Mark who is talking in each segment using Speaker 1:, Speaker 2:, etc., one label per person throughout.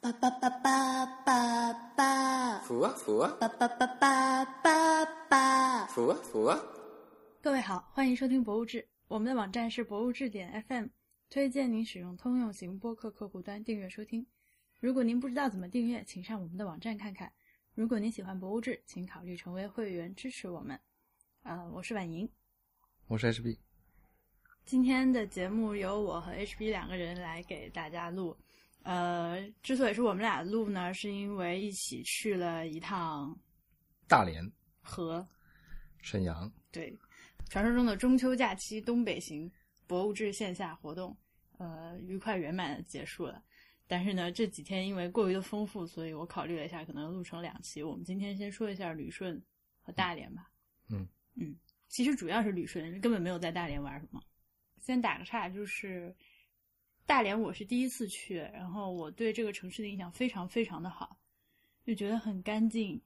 Speaker 1: 巴巴巴巴巴巴，
Speaker 2: 福啊福啊
Speaker 1: 巴巴巴巴巴巴。
Speaker 2: 福啊福啊！
Speaker 3: 各位好，欢迎收听《博物志》，我们的网站是博物志点 FM，推荐您使用通用型播客客户端订阅收听。如果您不知道怎么订阅，请上我们的网站看看。如果您喜欢《博物志》，请考虑成为会员支持我们。呃，我是婉莹，
Speaker 4: 我是 HB。
Speaker 3: 今天的节目由我和 HB 两个人来给大家录。呃，之所以是我们俩录呢，是因为一起去了一趟
Speaker 4: 大连、
Speaker 3: 和
Speaker 4: 沈阳，
Speaker 3: 对传说中的中秋假期东北行博物志线下活动，呃，愉快圆满的结束了。但是呢，这几天因为过于的丰富，所以我考虑了一下，可能录成两期。我们今天先说一下旅顺和大连吧。
Speaker 4: 嗯
Speaker 3: 嗯，其实主要是旅顺，根本没有在大连玩什么。先打个岔，就是大连我是第一次去，然后我对这个城市的印象非常非常的好，就觉得很干净，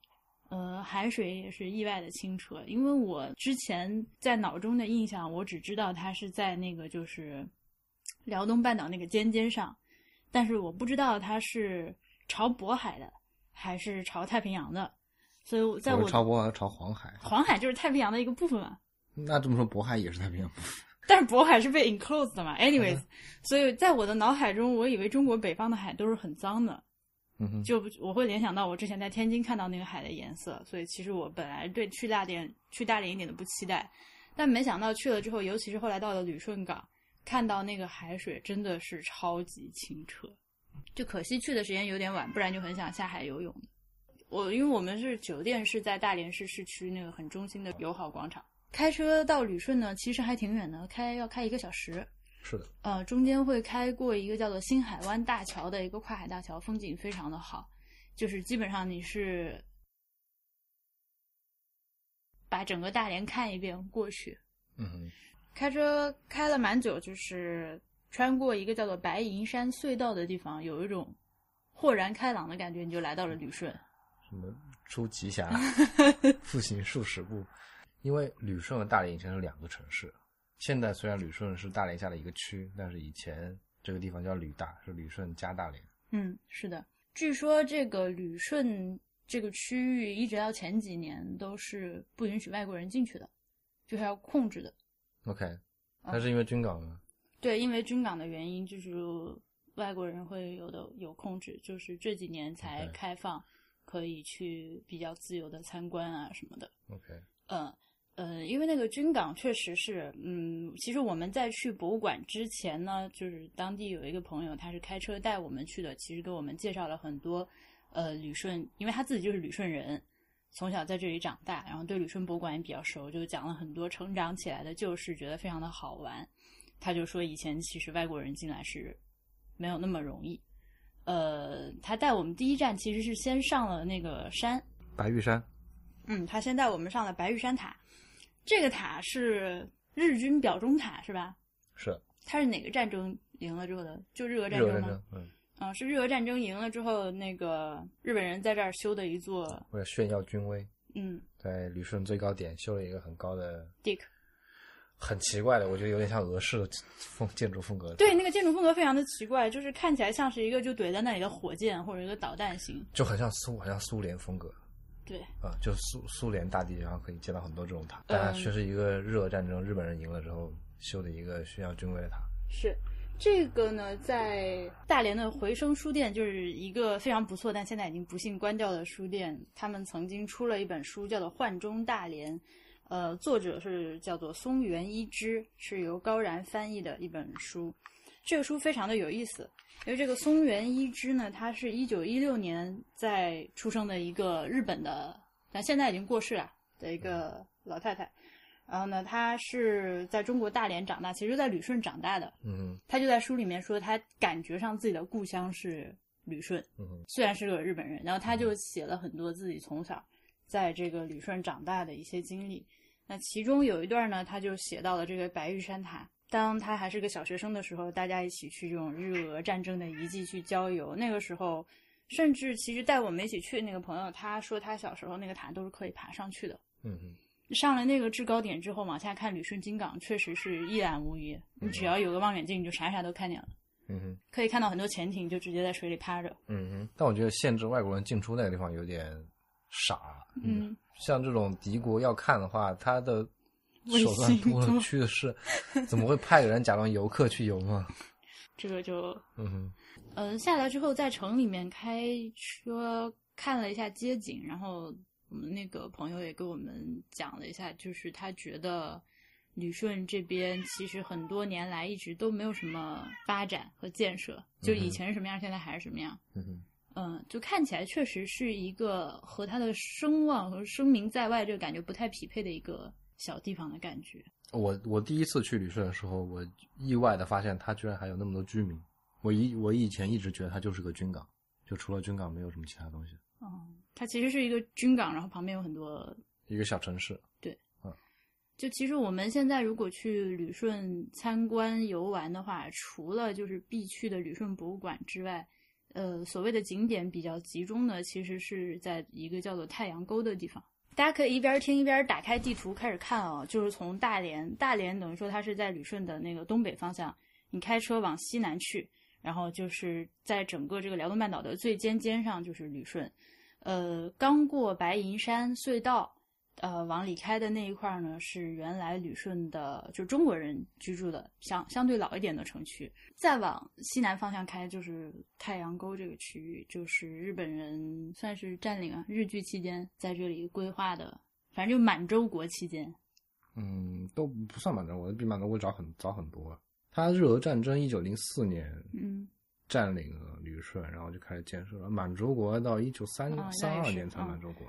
Speaker 3: 呃，海水也是意外的清澈。因为我之前在脑中的印象，我只知道它是在那个就是辽东半岛那个尖尖上，但是我不知道它是朝渤海的还是朝太平洋的，所以我在
Speaker 4: 我
Speaker 3: 我
Speaker 4: 是哦朝渤海，朝黄海。
Speaker 3: 黄海就是太平洋的一个部分嘛。
Speaker 4: 那这么说，渤海也是太平洋。
Speaker 3: 但是渤海是被 enclosed 的嘛，anyways，、所以在我的脑海中，我以为中国北方的海都是很脏的，
Speaker 4: 嗯哼，
Speaker 3: 就我会联想到我之前在天津看到那个海的颜色，所以其实我本来对去大连去大连一点都不期待，但没想到去了之后，尤其是后来到了旅顺港，看到那个海水真的是超级清澈，就可惜去的时间有点晚，不然就很想下海游泳。我因为我们是酒店是在大连市市区那个很中心的友好广场，开车到旅顺呢，其实还挺远的，开要开一个小时。
Speaker 4: 是的，
Speaker 3: 呃，中间会开过一个叫做新海湾大桥的一个跨海大桥，风景非常的好，就是基本上你是把整个大连看一遍过去。
Speaker 4: 嗯哼，
Speaker 3: 开车开了蛮久，就是穿过一个叫做白银山隧道的地方，有一种豁然开朗的感觉，你就来到了旅顺。
Speaker 4: 什么出奇 侠，复行数十步。因为旅顺和大连以前是两个城市，现在虽然旅顺是大连下的一个区，但是以前这个地方叫旅大，是旅顺加大连。
Speaker 3: 嗯，是的。据说这个旅顺这个区域一直到前几年都是不允许外国人进去的，就是要控制的。
Speaker 4: OK，那是因为军港吗？
Speaker 3: 对，因为军港的原因，就是外国人会有的有控制，就是这几年才
Speaker 4: OK
Speaker 3: 开放，可以去比较自由的参观啊什么的。
Speaker 4: OK，
Speaker 3: 嗯呃，因为那个军港确实是，嗯，其实我们在去博物馆之前呢，就是当地有一个朋友，他是开车带我们去的，其实给我们介绍了很多，呃，旅顺，因为他自己就是旅顺人，从小在这里长大，然后对旅顺博物馆也比较熟，就讲了很多成长起来的旧事，觉得非常的好玩。他就说以前其实外国人进来是没有那么容易，呃，他带我们第一站其实是先上了那个山，
Speaker 4: 白玉山。
Speaker 3: 嗯，他先带我们上了白玉山塔，这个塔是日军表忠塔是吧？
Speaker 4: 是
Speaker 3: 它是哪个战争赢了之后的？就日俄战
Speaker 4: 日俄
Speaker 3: 争吗？
Speaker 4: 战争，嗯，
Speaker 3: 啊、是日俄战争赢了之后，那个日本人在这儿修的一座，
Speaker 4: 为了炫耀军威，
Speaker 3: 嗯
Speaker 4: 在旅顺最高点修了一个很高的、
Speaker 3: ，Dick，
Speaker 4: 很奇怪的，我觉得有点像俄式的风建筑风格。
Speaker 3: 对，那个建筑风格非常的奇怪，就是看起来像是一个就怼在那里的火箭或者一个导弹型，
Speaker 4: 就很像苏，很像苏联风格
Speaker 3: 对，
Speaker 4: 啊，就苏苏联大地，然后可以见到很多这种塔。
Speaker 3: 嗯
Speaker 4: 但它却是一个日俄战争，日本人赢了之后修的一个炫耀军威的塔。
Speaker 3: 是这个呢，在大连的回声书店就是一个非常不错，但现在已经不幸关掉的书店。他们曾经出了一本书，叫做《幻中大连》，呃，作者是叫做松原一之，是由高然翻译的一本书。这个书非常的有意思，因为这个松原一之呢，他是一九一六年在出生的一个日本的，但现在已经过世了的一个老太太。然后呢，她是在中国大连长大，其实，在旅顺长大的。
Speaker 4: 嗯
Speaker 3: 他就在书里面说，他感觉上自己的故乡是旅顺，
Speaker 4: 哼嗯哼，嗯
Speaker 3: 虽然是个日本人，然后他就写了很多自己从小在这个旅顺长大的一些经历。那其中有一段呢，他就写到了这个白玉山塔。当他还是个小学生的时候，大家一起去这种日俄战争的遗迹去郊游。那个时候，甚至其实带我们一起去那个朋友，他说他小时候那个塔都是可以爬上去的。
Speaker 4: 嗯哼，
Speaker 3: 上了那个制高点之后，往下看旅顺金港，确实是一览无余。你只要有个望远镜，你就啥啥都看见了。
Speaker 4: 嗯哼，
Speaker 3: 可以看到很多潜艇就直接在水里趴着。
Speaker 4: 嗯哼。但我觉得限制外国人进出那个地方有点傻。
Speaker 3: 嗯，
Speaker 4: 像这种敌国要看的话，他的
Speaker 3: 微
Speaker 4: 手段
Speaker 3: 信
Speaker 4: 多
Speaker 3: 多
Speaker 4: 了去的是，怎么会派个人假装游客去游呢？
Speaker 3: 这个就
Speaker 4: 嗯哼，
Speaker 3: 嗯，下来之后在城里面开车看了一下街景，然后我们那个朋友也给我们讲了一下，就是他觉得旅顺这边其实很多年来一直都没有什么发展和建设，就以前是什么样，现在还是什么样。
Speaker 4: 嗯哼，
Speaker 3: 嗯，就看起来确实是一个和他的声望和声名在外这个感觉不太匹配的一个小地方的感觉。
Speaker 4: 我我第一次去旅顺的时候，我意外的发现它居然还有那么多居民。我以我以前一直觉得它就是个军港，就除了军港没有什么其他东西，
Speaker 3: 嗯，它其实是一个军港，然后旁边有很多
Speaker 4: 一个小城市。
Speaker 3: 就其实我们现在如果去旅顺参观游玩的话，除了就是必去的旅顺博物馆之外，呃，所谓的景点比较集中的，其实是在一个叫做太阳沟的地方。大家可以一边听一边打开地图开始看哦，就是从大连，大连等于说它是在旅顺的那个东北方向，你开车往西南去，然后就是在整个这个辽东半岛的最尖尖上就是旅顺，呃，刚过白银山隧道，呃，往里开的那一块儿呢，是原来旅顺的，就中国人居住的相相对老一点的城区。再往西南方向开，就是太阳沟这个区域，就是日本人算是占领啊，日据期间在这里规划的，反正就满洲国期间。
Speaker 4: 嗯，都不算满洲国，比满洲国早很早很多了。它日俄战争一九零四年
Speaker 3: 嗯，
Speaker 4: 占领了旅顺，然后就开始建设了。满洲国到一九三
Speaker 3: 啊
Speaker 4: 三
Speaker 3: 那也
Speaker 4: 二
Speaker 3: 是
Speaker 4: 年才
Speaker 3: 嗯
Speaker 4: 满洲国。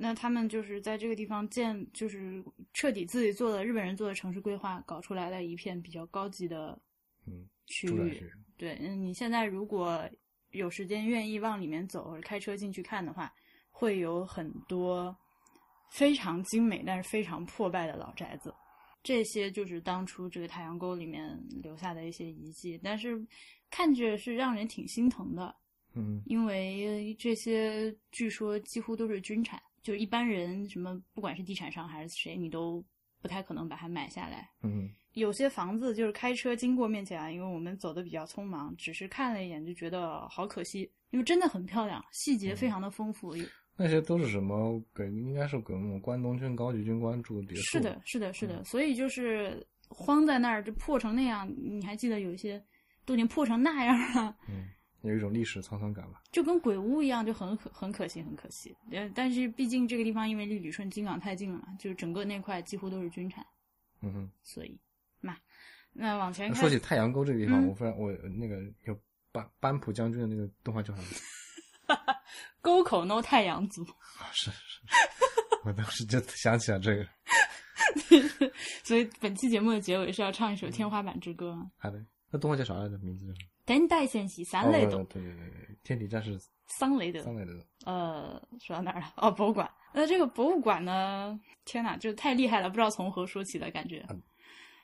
Speaker 3: 那他们就是在这个地方建，就是彻底自己做的日本人做的城市规划，搞出来了一片比较高级的
Speaker 4: 嗯
Speaker 3: 区
Speaker 4: 住宅
Speaker 3: 域。
Speaker 4: 区
Speaker 3: 对，嗯，你现在如果有时间愿意往里面走，开车进去看的话，会有很多非常精美但是非常破败的老宅子。这些就是当初这个太阳沟里面留下的一些遗迹，但是看着是让人挺心疼的，
Speaker 4: 嗯
Speaker 3: 因为这些据说几乎都是军产，就一般人什么不管是地产商还是谁，你都不太可能把它买下来。
Speaker 4: 嗯
Speaker 3: 有些房子就是开车经过面前啊，因为我们走的比较匆忙，只是看了一眼就觉得好可惜，因为真的很漂亮，细节
Speaker 4: 嗯
Speaker 3: 非常的丰富。
Speaker 4: 那些都是什么给？应该是给我们关东军高级军官住的别墅。
Speaker 3: 是的，，是的，是
Speaker 4: 嗯
Speaker 3: 的，所以就是荒在那儿，就破成那样。你还记得有一些都已经破成那样了，
Speaker 4: 嗯，有一种历史沧桑感吧。
Speaker 3: 就跟鬼屋一样，就很可很可惜，很可惜。呃，但是毕竟这个地方因为离旅顺金港太近了嘛，就是整个那块几乎都是军产，
Speaker 4: 嗯哼。
Speaker 3: 所以嘛，那往前看
Speaker 4: 说，起太阳沟这个地方，
Speaker 3: 嗯
Speaker 4: 我忽然我那个有班班普将军的那个动画叫什么？
Speaker 3: 沟口 no 太阳族。
Speaker 4: 啊是是，是 我当时就想起了这个。
Speaker 3: 所以本期节目的结尾是要唱一首《天花板之歌》吗？
Speaker 4: 好的，那动画叫啥来着？名字叫什么？
Speaker 3: 等待先是三类
Speaker 4: 哦
Speaker 3: 的，
Speaker 4: 对对对对，天体战士
Speaker 3: 三类的
Speaker 4: 三，类的。
Speaker 3: 呃，说到哪儿了？ 哦，博物馆。那这个博物馆呢？天哪，就太厉害了，不知道从何说起的感觉。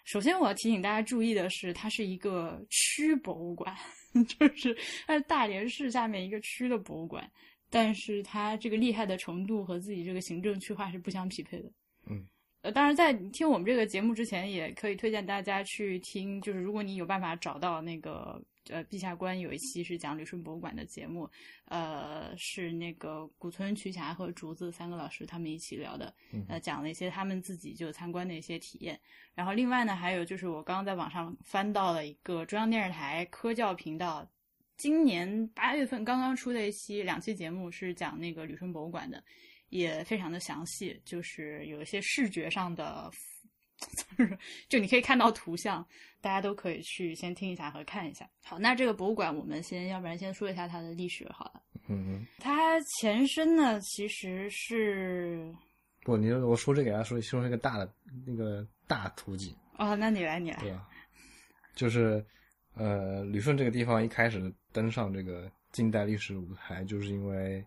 Speaker 3: 首先，我要提醒大家注意的是，它是一个区博物馆， 就是它是大连市下面一个区的博物馆，但是它这个厉害的程度和自己这个行政区划是不相匹配的。
Speaker 4: 嗯，
Speaker 3: 呃，当然，在听我们这个节目之前，也可以推荐大家去听，就是如果你有办法找到那个呃陛下关有一期是讲旅顺博物馆的节目，呃，是那个古村瞿霞和竹子三个老师他们一起聊的，
Speaker 4: 嗯
Speaker 3: 呃，讲了一些他们自己就参观的一些体验。然后另外呢，还有就是我刚刚在网上翻到了一个中央电视台科教频道。今年八月份刚刚出的一期两期节目是讲那个旅顺博物馆的，也非常的详细，就是有一些视觉上的， 就是就你可以看到图像，大家都可以去先听一下和看一下。好，那这个博物馆我们先，要不然先说一下它的历史好了。
Speaker 4: 嗯哼。
Speaker 3: 它前身呢其实是，
Speaker 4: 不，你我说这个给大家说，说这个大的那个大图景，
Speaker 3: 哦，那你来，你
Speaker 4: 对
Speaker 3: 来，
Speaker 4: 吧？就是呃，旅顺这个地方一开始登上这个近代历史舞台，就是因为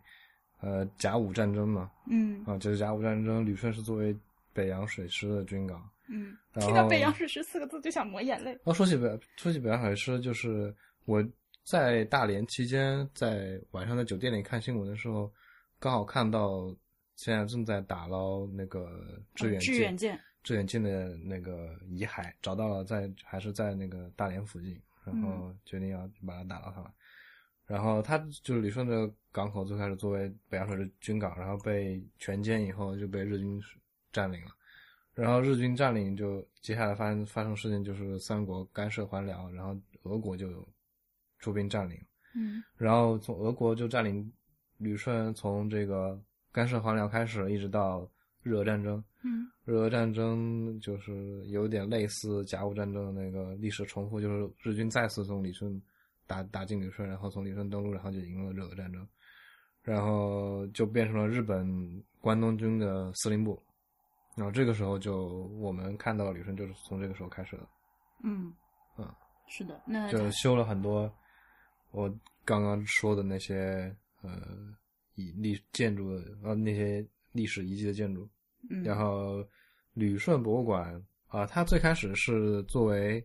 Speaker 4: 呃甲午战争嘛，
Speaker 3: 嗯
Speaker 4: 啊，就是甲午战争，旅顺是作为北洋水师的军港。
Speaker 3: 嗯，
Speaker 4: 然
Speaker 3: 听到
Speaker 4: 后
Speaker 3: “北洋水师”四个字就想抹眼泪。
Speaker 4: 然后说起北说起北洋水师，就是我在大连期间，在晚上在酒店里看新闻的时候，刚好看到现在正在打捞那个志愿
Speaker 3: 哦志愿舰，
Speaker 4: 志愿舰的那个遗骸找到了在，还是在那个大连附近，然后决定要把它打捞上来。然后它就是旅顺的港口，最开始作为北洋水师军港，然后被全歼以后就被日军占领了。然后日军占领就接下来发生发生事情就是三国干涉还辽，然后俄国就出兵占领。
Speaker 3: 嗯
Speaker 4: 然后从俄国就占领旅顺，从这个干涉还辽开始，一直到日俄战争。
Speaker 3: 嗯
Speaker 4: 日俄战争就是有点类似甲午战争的那个历史重复，就是日军再次从旅顺打打进旅顺，然后从旅顺登陆，然后就赢了日俄战争，然后就变成了日本关东军的司令部。然后这个时候就我们看到旅顺就是从这个时候开始的。
Speaker 3: 嗯
Speaker 4: 嗯，
Speaker 3: 是的，那
Speaker 4: 就修了很多我刚刚说的那些呃遗历建筑的呃那些历史遗迹的建筑，
Speaker 3: 嗯
Speaker 4: 然后旅顺博物馆啊、它最开始是作为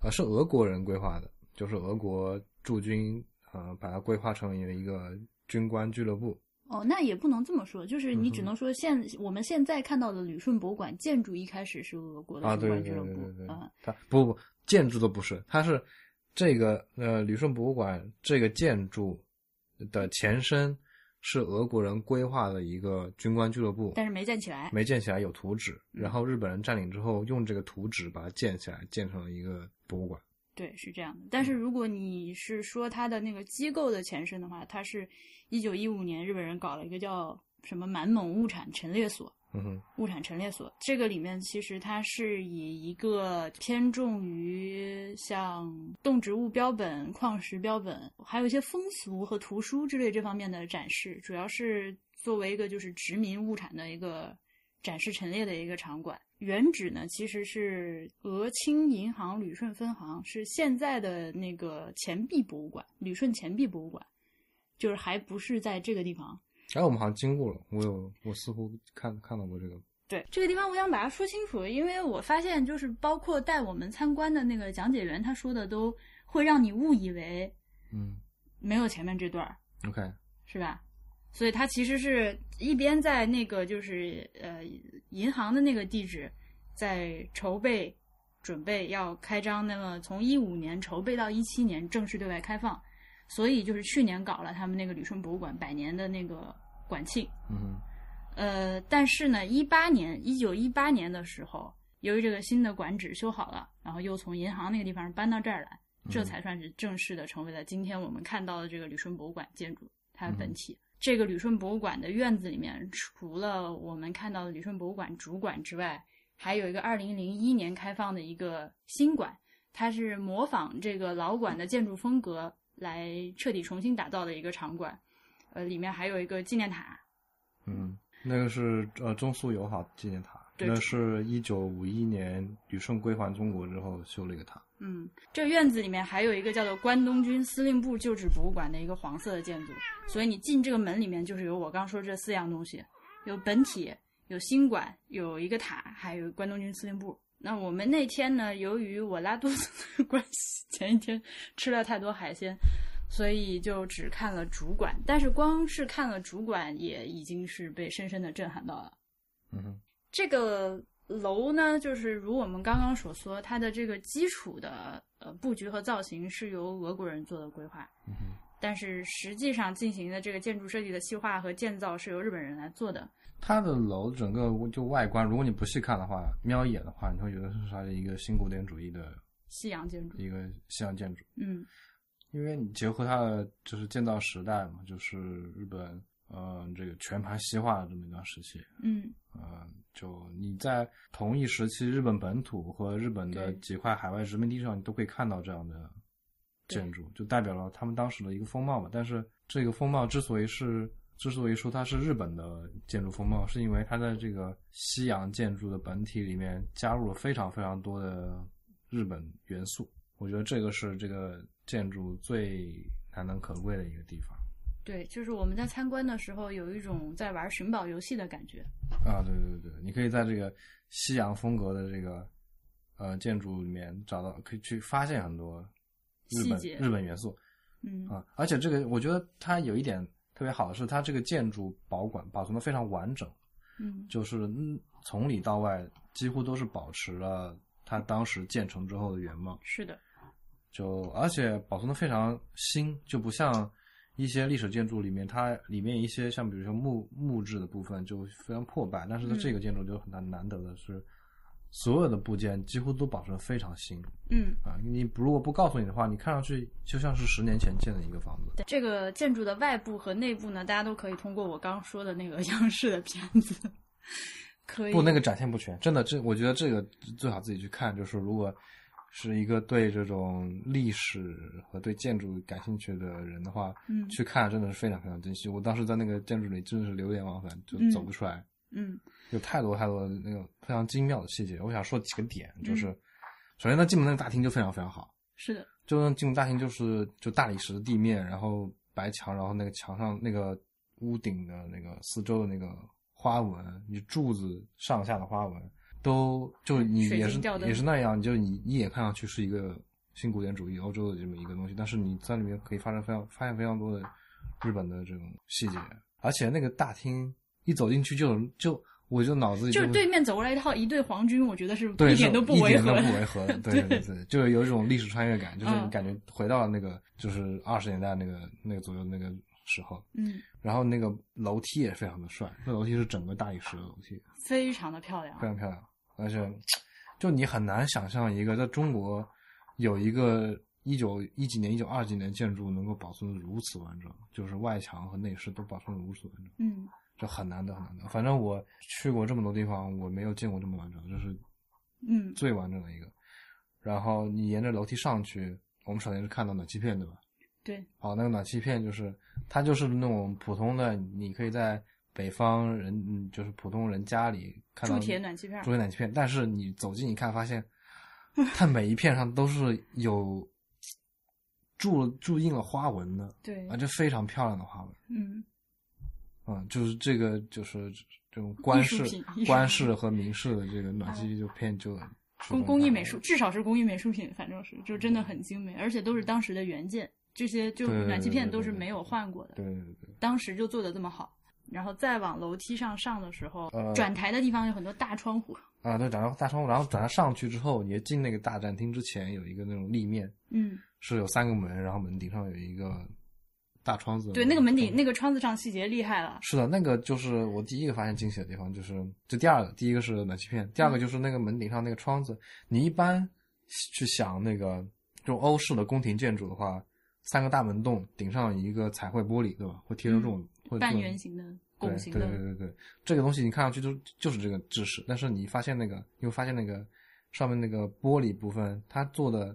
Speaker 4: 啊、是俄国人规划的，就是俄国驻军啊、把它规划成为一个军官俱乐部，
Speaker 3: 哦，那也不能这么说，就是你只
Speaker 4: 嗯哼
Speaker 3: 能说现、我们现在看到的旅顺博物馆建筑一开始是俄国的
Speaker 4: 啊，
Speaker 3: 军
Speaker 4: 对
Speaker 3: 官俱
Speaker 4: 对对
Speaker 3: 乐
Speaker 4: 对对对
Speaker 3: 部啊，，
Speaker 4: 它不不建筑都不是，它是这个呃旅顺博物馆这个建筑的前身是俄国人规划的一个军官俱乐部，
Speaker 3: 但是没建起来。
Speaker 4: 没建起来有图纸，
Speaker 3: 嗯
Speaker 4: 然后日本人占领之后用这个图纸把它建起来，建成了一个博物馆。
Speaker 3: 对，是这样的。但
Speaker 4: 嗯
Speaker 3: 是如果你是说它的那个机构的前身的话，它是一九一五年日本人搞了一个叫什么满蒙物产陈列所，
Speaker 4: 嗯哼，
Speaker 3: 物产陈列所这个里面，其实它是以一个偏重于像动植物标本、矿石标本，还有一些风俗和图书之类这方面的展示，主要是作为一个就是殖民物产的一个展示陈列的一个场馆。原址呢，其实是俄青银行旅顺分行，是现在的那个钱币博物馆，旅顺钱币博物馆，就是还不是在这个地方。
Speaker 4: 哎，我们好像经过了，我有我似乎看看到过这个，
Speaker 3: 对这个地方，我想把它说清楚，因为我发现就是包括带我们参观的那个讲解员，他说的都会让你误以为
Speaker 4: 嗯
Speaker 3: 没有前面这段儿，
Speaker 4: ，OK，
Speaker 3: 是吧？所以他其实是一边在那个就是呃银行的那个地址，在筹备准备要开张，那么从一五年筹备到一七年正式对外开放，所以就是去年搞了他们那个旅顺博物馆百年的那个馆庆，
Speaker 4: 嗯哼，
Speaker 3: 呃，但是呢，一八年，一九一八年的时候，由于这个新的馆址修好了，然后又从银行那个地方搬到这儿来，这
Speaker 4: 嗯
Speaker 3: 才算是正式的成为了今天我们看到的这个旅顺博物馆建筑它的本
Speaker 4: 嗯
Speaker 3: 体。这个旅顺博物馆的院子里面，除了我们看到的旅顺博物馆主馆之外，还有一个二零零一年开放的一个新馆，它是模仿这个老馆的建筑风格来彻底重新打造的一个场馆。呃，里面还有一个纪念塔，
Speaker 4: 嗯，那个是呃中苏友好纪念塔，
Speaker 3: 对
Speaker 4: 那是一九五一年旅顺归还中国之后修了一个塔。
Speaker 3: 嗯，这院子里面还有一个叫做关东军司令部旧址博物馆的一个黄色的建筑，所以你进这个门里面就是有我刚说这四样东西，有本体，有新馆，有一个塔，还有关东军司令部。那我们那天呢，由于我拉肚子的关系，前一天吃了太多海鲜，所以就只看了主管。但是光是看了主管，也已经是被深深的震撼到了。
Speaker 4: 嗯哼，
Speaker 3: 这个楼呢，就是如我们刚刚所说，它的这个基础的呃布局和造型是由俄国人做的规划，
Speaker 4: 嗯哼。
Speaker 3: 但是实际上进行的这个建筑设计的细化和建造是由日本人来做的。
Speaker 4: 它的楼整个就外观，如果你不细看的话，瞄一眼的话，你会觉得是它的一个新古典主义的
Speaker 3: 西洋建筑，
Speaker 4: 一个西洋建筑。
Speaker 3: 嗯
Speaker 4: 因为你结合它的就是建造时代嘛，就是日本呃这个全盘西化的这么一段时期，
Speaker 3: 嗯，
Speaker 4: 呃，就你在同一时期日本本土和日本的
Speaker 3: 对
Speaker 4: 几块海外殖民地上，你都可以看到这样的
Speaker 3: 对
Speaker 4: 建筑，就代表了他们当时的一个风貌嘛。但是这个风貌之所以是之所以说它是日本的建筑风貌，是因为它在这个西洋建筑的本体里面加入了非常非常多的日本元素。我觉得这个是这个建筑最难能可贵的一个地方
Speaker 3: 对，就是我们在参观的时候有一种在玩寻宝游戏的感觉。
Speaker 4: 啊！对对对，你可以在这个西洋风格的这个呃建筑里面找到，可以去发现很多日本
Speaker 3: 细节
Speaker 4: 日本元素。
Speaker 3: 嗯
Speaker 4: 啊，而且这个我觉得它有一点特别好的是，它这个建筑保管保存的非常完整，
Speaker 3: 嗯
Speaker 4: 就是嗯从里到外几乎都是保持了它当时建成之后的原貌，
Speaker 3: 是的，
Speaker 4: 就而且保存的非常新，就不像一些历史建筑里面，它里面一些像比如说木木质的部分就非常破败，但是它
Speaker 3: 嗯
Speaker 4: 这个建筑就很难难得的是，所有的部件几乎都保存得非常新
Speaker 3: 嗯，
Speaker 4: 啊！你如果不告诉你的话，你看上去就像是十年前建的一个房子。
Speaker 3: 对，这个建筑的外部和内部呢，大家都可以通过我刚说的那个 央视的片子， 可以
Speaker 4: 不，那个展现不全，真的，这我觉得这个最好自己去看。就是如果是一个对这种历史和对建筑感兴趣的人的话，
Speaker 3: 嗯
Speaker 4: 去看真的是非常非常珍惜。我当时在那个建筑里真的是流连忘返，就
Speaker 3: 嗯
Speaker 4: 走不出来，
Speaker 3: 嗯
Speaker 4: 有太多太多的那种非常精妙的细节。我想说几个点，
Speaker 3: 嗯
Speaker 4: 就是、首先它进门那个大厅就非常非常好，
Speaker 3: 是的，
Speaker 4: 就那进入大厅就是就大理石的地面，然后白墙，然后那个墙上那个屋顶的那个四周的那个花纹，你柱子上下的花纹都就你
Speaker 3: 水晶
Speaker 4: 也是
Speaker 3: 吊灯
Speaker 4: 也是那样，就你一眼看上去是一个新古典主义欧洲的这么一个东西，但是你在里面可以发现非常发现非常多的日本的这种细节，而且那个大厅一走进去就有就我就脑子里
Speaker 3: 就是
Speaker 4: 会
Speaker 3: 对面走过来一套一队皇军，我觉得是
Speaker 4: 对，
Speaker 3: 点
Speaker 4: 是
Speaker 3: 都
Speaker 4: 一
Speaker 3: 违
Speaker 4: 点
Speaker 3: 和
Speaker 4: 都
Speaker 3: 的，。
Speaker 4: 不违和 对对对，就是有一种历史穿越感，就是
Speaker 3: 嗯
Speaker 4: 你感觉回到了那个就是二十年代那个那个左右那个时候。
Speaker 3: 嗯，
Speaker 4: 然后那个楼梯也非常的帅，那楼梯是整个大理石的楼梯，
Speaker 3: 非常的漂
Speaker 4: 非
Speaker 3: 亮，
Speaker 4: 常漂亮。而且，就你很难想象一个在中国有一个一九一几年、一九二几年建筑能够保存的如此完整，就是外墙和内饰都保存的如此完整。
Speaker 3: 嗯
Speaker 4: 这很难得，很难得。反正我去过这么多地方，我没有见过这么完整，这是
Speaker 3: 嗯，
Speaker 4: 最完整的一个。然后你沿着楼梯上去，我们首先是看到暖气片，对吧？
Speaker 3: 对，
Speaker 4: 好，那个暖气片就是它就是那种普通的，你可以在北方人嗯就是普通人家里看到
Speaker 3: 铸铁暖气片儿
Speaker 4: 铸铁暖气片，但是你走近一看，发现它每一片上都是有注注印了花纹的，
Speaker 3: 对
Speaker 4: 啊，，这非常漂亮的花纹。
Speaker 3: 嗯，
Speaker 4: 嗯，就是这个就是这种官
Speaker 3: 艺术
Speaker 4: 式
Speaker 3: 品艺术
Speaker 4: 官
Speaker 3: 品啊
Speaker 4: 式和民式的这个暖气就偏就
Speaker 3: 工工艺美术，至少是工艺美术品，反正是就真的很精美，而且都是当时的原件，这些就
Speaker 4: 对对对
Speaker 3: 暖气片都是
Speaker 4: 对对对
Speaker 3: 没有换过的，
Speaker 4: 对对对。
Speaker 3: 当时就做的这么好。然后再往楼梯上上的时候，
Speaker 4: 呃
Speaker 3: 转台的地方有很多大窗户，
Speaker 4: 啊，对，然后大窗户，然后转到上去之后，你进那个大展厅之前有一个那种立面，
Speaker 3: 嗯，
Speaker 4: 是有三个门，然后门顶上有一个大窗子。
Speaker 3: 对，那个门顶
Speaker 4: 嗯
Speaker 3: 那个窗子上细节厉害了，
Speaker 4: 是的，那个就是我第一个发现惊喜的地方，就是这第二个，第一个是暖气片，第二
Speaker 3: 嗯
Speaker 4: 个就是那个门顶上那个窗子。你一般去想那个这种欧式的宫廷建筑的话，三个大门洞顶上一个彩绘玻璃，对吧？会贴着这种、
Speaker 3: 嗯
Speaker 4: 会
Speaker 3: 半
Speaker 4: 做
Speaker 3: 圆形的、
Speaker 4: 对
Speaker 3: 拱形
Speaker 4: 对
Speaker 3: 的，
Speaker 4: 对对对，这个东西你看上去就就是这个制式，但是你发现那个，你会发现那个上面那个玻璃部分，它做的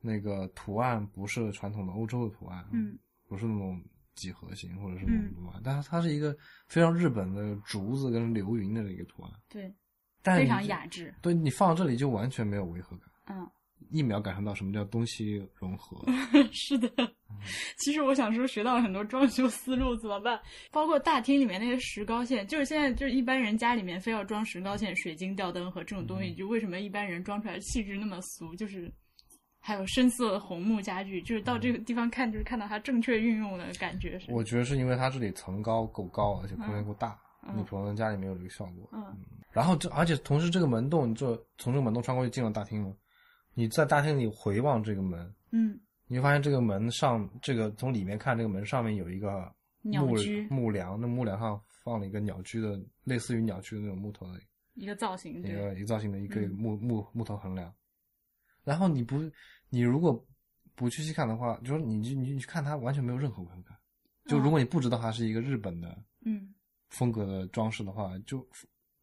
Speaker 4: 那个图案不是传统的欧洲的图案，啊
Speaker 3: 嗯，
Speaker 4: 不是那种几何形或者是那
Speaker 3: 嗯
Speaker 4: 种图案，但是它是一个非常日本的竹子跟流云的一个图案，
Speaker 3: 对，
Speaker 4: 但
Speaker 3: 非
Speaker 4: 你
Speaker 3: 常
Speaker 4: 就
Speaker 3: 雅致，
Speaker 4: 对你放到这里就完全没有违和感，
Speaker 3: 嗯，
Speaker 4: 一秒感受到什么叫东西 融合，
Speaker 3: 是的。
Speaker 4: 嗯
Speaker 3: 其实我想说，学到了很多装修思路，怎么办？包括大厅里面那个石膏线，就是现在就是一般人家里面非要装石膏线、水晶吊灯和这种东
Speaker 4: 嗯
Speaker 3: 西，就为什么一般人装出来气质那么俗？就是还有深色红木家具，就是到这个地方看，就是看到它正确运用的感觉是。
Speaker 4: 嗯我觉得是因为它这里层高够高，而且空间够大，
Speaker 3: 嗯
Speaker 4: 你普通人家里没有这个效果。
Speaker 3: 嗯
Speaker 4: 然后这而且同时这个门洞，你就从这个门洞穿过去进了大厅嘛，你在大厅里回望这个门，
Speaker 3: 嗯
Speaker 4: 你会发现这个门上这个从里面看这个门上面有一个
Speaker 3: 鸟
Speaker 4: 木
Speaker 3: 居
Speaker 4: 木梁，那木梁上放了一个鸟居的，类似于鸟居的那种木头的
Speaker 3: 一个造型
Speaker 4: 一
Speaker 3: 对，
Speaker 4: 个一个造型的一个
Speaker 3: 嗯
Speaker 4: 木、木木头横梁。然后你不，你如果不去细看的话，就是你去你你去看它，完全没有任何违和感。就如果你不知道它是一个日本的
Speaker 3: 嗯。
Speaker 4: 风格的装饰的话，就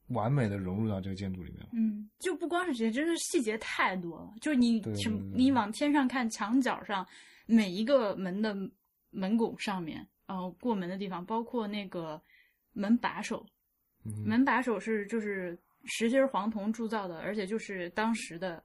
Speaker 4: 完美的融入到这个建筑里面。
Speaker 3: 嗯，就不光是这些，真是细节太多了。就是你
Speaker 4: 对
Speaker 3: 什么
Speaker 4: 对，对
Speaker 3: 你往天上看，墙角上每一个门的门拱上面，呃，过门的地方，包括那个门把手，
Speaker 4: 嗯
Speaker 3: 门把手是就是实心儿黄铜铸造的，而且就是当时的。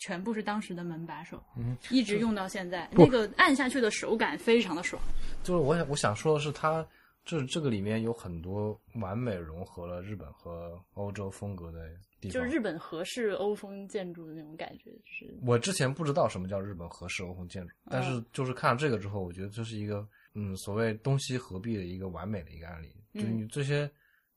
Speaker 3: 全部是当时的门把手，
Speaker 4: 嗯
Speaker 3: 一直用到现在。
Speaker 4: 不
Speaker 3: 那个按下去的手感非常的爽。
Speaker 4: 就是我想我想说的是它，就是这个里面有很多完美融合了日本和欧洲风格的地方。嗯
Speaker 3: 就是日本和式欧风建筑的那种感觉，就是
Speaker 4: 我之前不知道什么叫日本和式欧风建筑，但
Speaker 3: 嗯
Speaker 4: 是就是看了这个之后，我觉得这是一个嗯所谓东西合璧的一个完美的一个案例。
Speaker 3: 嗯
Speaker 4: 就是你这些，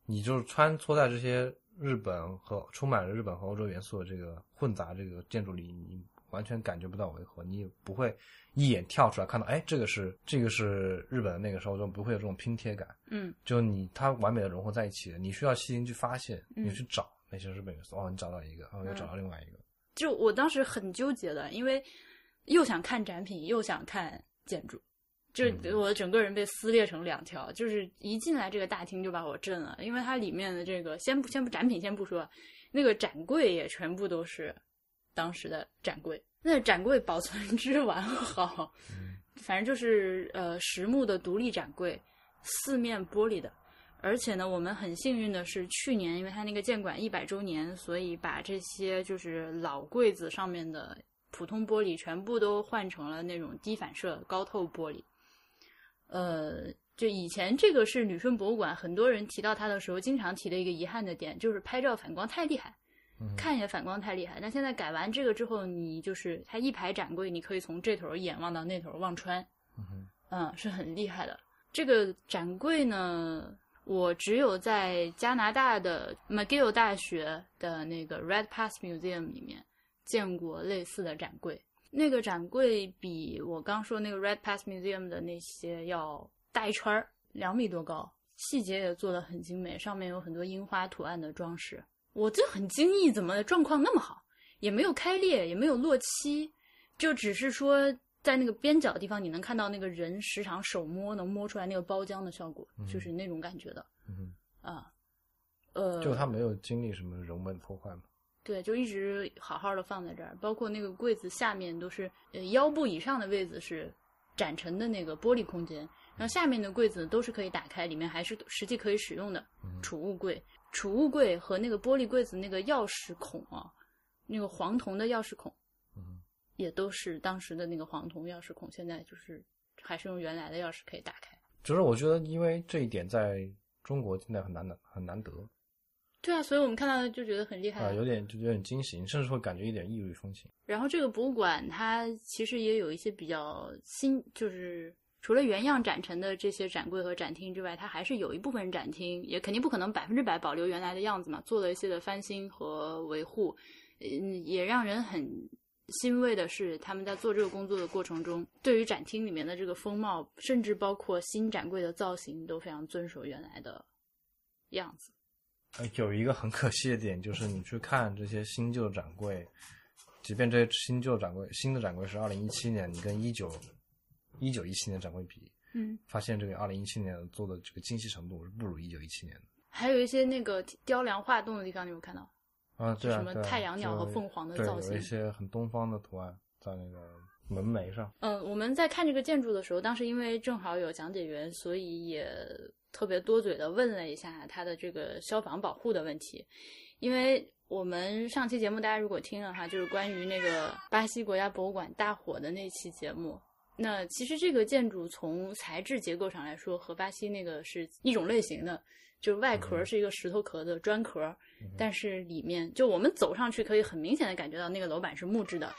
Speaker 4: 你就是穿梭在这些日本和充满了日本和欧洲元素的这个混杂这个建筑里，你完全感觉不到违和，你也不会一眼跳出来看到，哎，这个是这个是日本的那个时候，就不会有这种拼贴感。
Speaker 3: 嗯
Speaker 4: 就你它完美的融合在一起，你需要细心去发现，
Speaker 3: 嗯
Speaker 4: 你去找那些日本元素。哦，你找到一个，哦，又找到另外一个。
Speaker 3: 就我当时很纠结的，因为又想看展品，又想看建筑，就
Speaker 4: 嗯
Speaker 3: 我整个人被撕裂成两条。就是一进来这个大厅就把我震了，因为它里面的这个先不先不展品先不说，那个展柜也全部都是当时的展柜，那展柜保存之完好，反正就是呃实木的独立展柜，四面玻璃的。而且呢，我们很幸运的是，去年因为它那个建馆一百周年，所以把这些就是老柜子上面的普通玻璃全部都换成了那种低反射高透玻璃。呃，就以前这个是旅顺博物馆，很多人提到它的时候，经常提的一个遗憾的点，就是拍照反光太厉害，
Speaker 4: 嗯
Speaker 3: 看也反光太厉害。但现在改完这个之后，你就是它一排展柜，你可以从这头一眼望到那头望穿，
Speaker 4: 嗯哼，
Speaker 3: 嗯，是很厉害的。这个展柜呢，我只有在加拿大的 McGill 大学的那个 Red Pass Museum 里面见过类似的展柜。那个展柜比我刚说那个 Red Pass Museum 的那些要大一圈儿，两米多高，细节也做得很精美，上面有很多樱花图案的装饰。我就很惊异，怎么状况那么好，也没有开裂，也没有落漆，就只是说在那个边角地方，你能看到那个人时常手摸能摸出来那个包浆的效果，
Speaker 4: 嗯
Speaker 3: 就是那种感觉的
Speaker 4: 嗯
Speaker 3: 啊。呃，
Speaker 4: 哼，就它没有经历什么人为的破坏嘛。
Speaker 3: 对，就一直好好的放在这儿，包括那个柜子下面都是呃腰部以上的位置是展陈的那个玻璃空间，然后下面的柜子都是可以打开，里面还是实际可以使用的
Speaker 4: 嗯
Speaker 3: 储物柜。储物柜和那个玻璃柜子那个钥匙孔啊，那个黄铜的钥匙孔
Speaker 4: 嗯
Speaker 3: 也都是当时的那个黄铜钥匙孔，现在就是还是用原来的钥匙可以打开。
Speaker 4: 只是我觉得，因为这一点在中国现在很难得，很难得
Speaker 3: 对啊，所以我们看到就觉得很厉害
Speaker 4: 啊、有点就有点惊喜，你甚至会感觉一点异域风情。
Speaker 3: 然后这个博物馆它其实也有一些比较新，就是除了原样展陈的这些展柜和展厅之外，它还是有一部分展厅也肯定不可能百分之百保留原来的样子嘛，做了一些的翻新和维护。嗯，也让人很欣慰的是，他们在做这个工作的过程中，对于展厅里面的这个风貌，甚至包括新展柜的造型，都非常遵守原来的样子。
Speaker 4: 呃，有一个很可惜的点就是，你去看这些新旧展柜，即便这些新旧展柜、新的展柜是二零一七年，你跟一九一九一七年展柜比，
Speaker 3: 嗯，
Speaker 4: 发现这个二零一七年做的这个精细程度是不如一九一七年的。
Speaker 3: 还有一些那个雕梁画栋的地方，你有没有看到？
Speaker 4: 啊，对啊，
Speaker 3: 什么
Speaker 4: 对啊
Speaker 3: 太阳鸟和
Speaker 4: 就
Speaker 3: 凤凰的
Speaker 4: 对
Speaker 3: 造
Speaker 4: 有
Speaker 3: 型
Speaker 4: 一些很东方的图案在那个门楣上。
Speaker 3: 嗯，我们在看这个建筑的时候，当时因为正好有讲解员，所以也特别多嘴的问了一下它的这个消防保护的问题。因为我们上期节目大家如果听了哈，就是关于那个巴西国家博物馆大火的那期节目。那其实这个建筑从材质结构上来说，和巴西那个是一种类型的，就是外壳是一个石头壳的砖壳，但是里面就我们走上去可以很明显的感觉到那个楼板是木质的，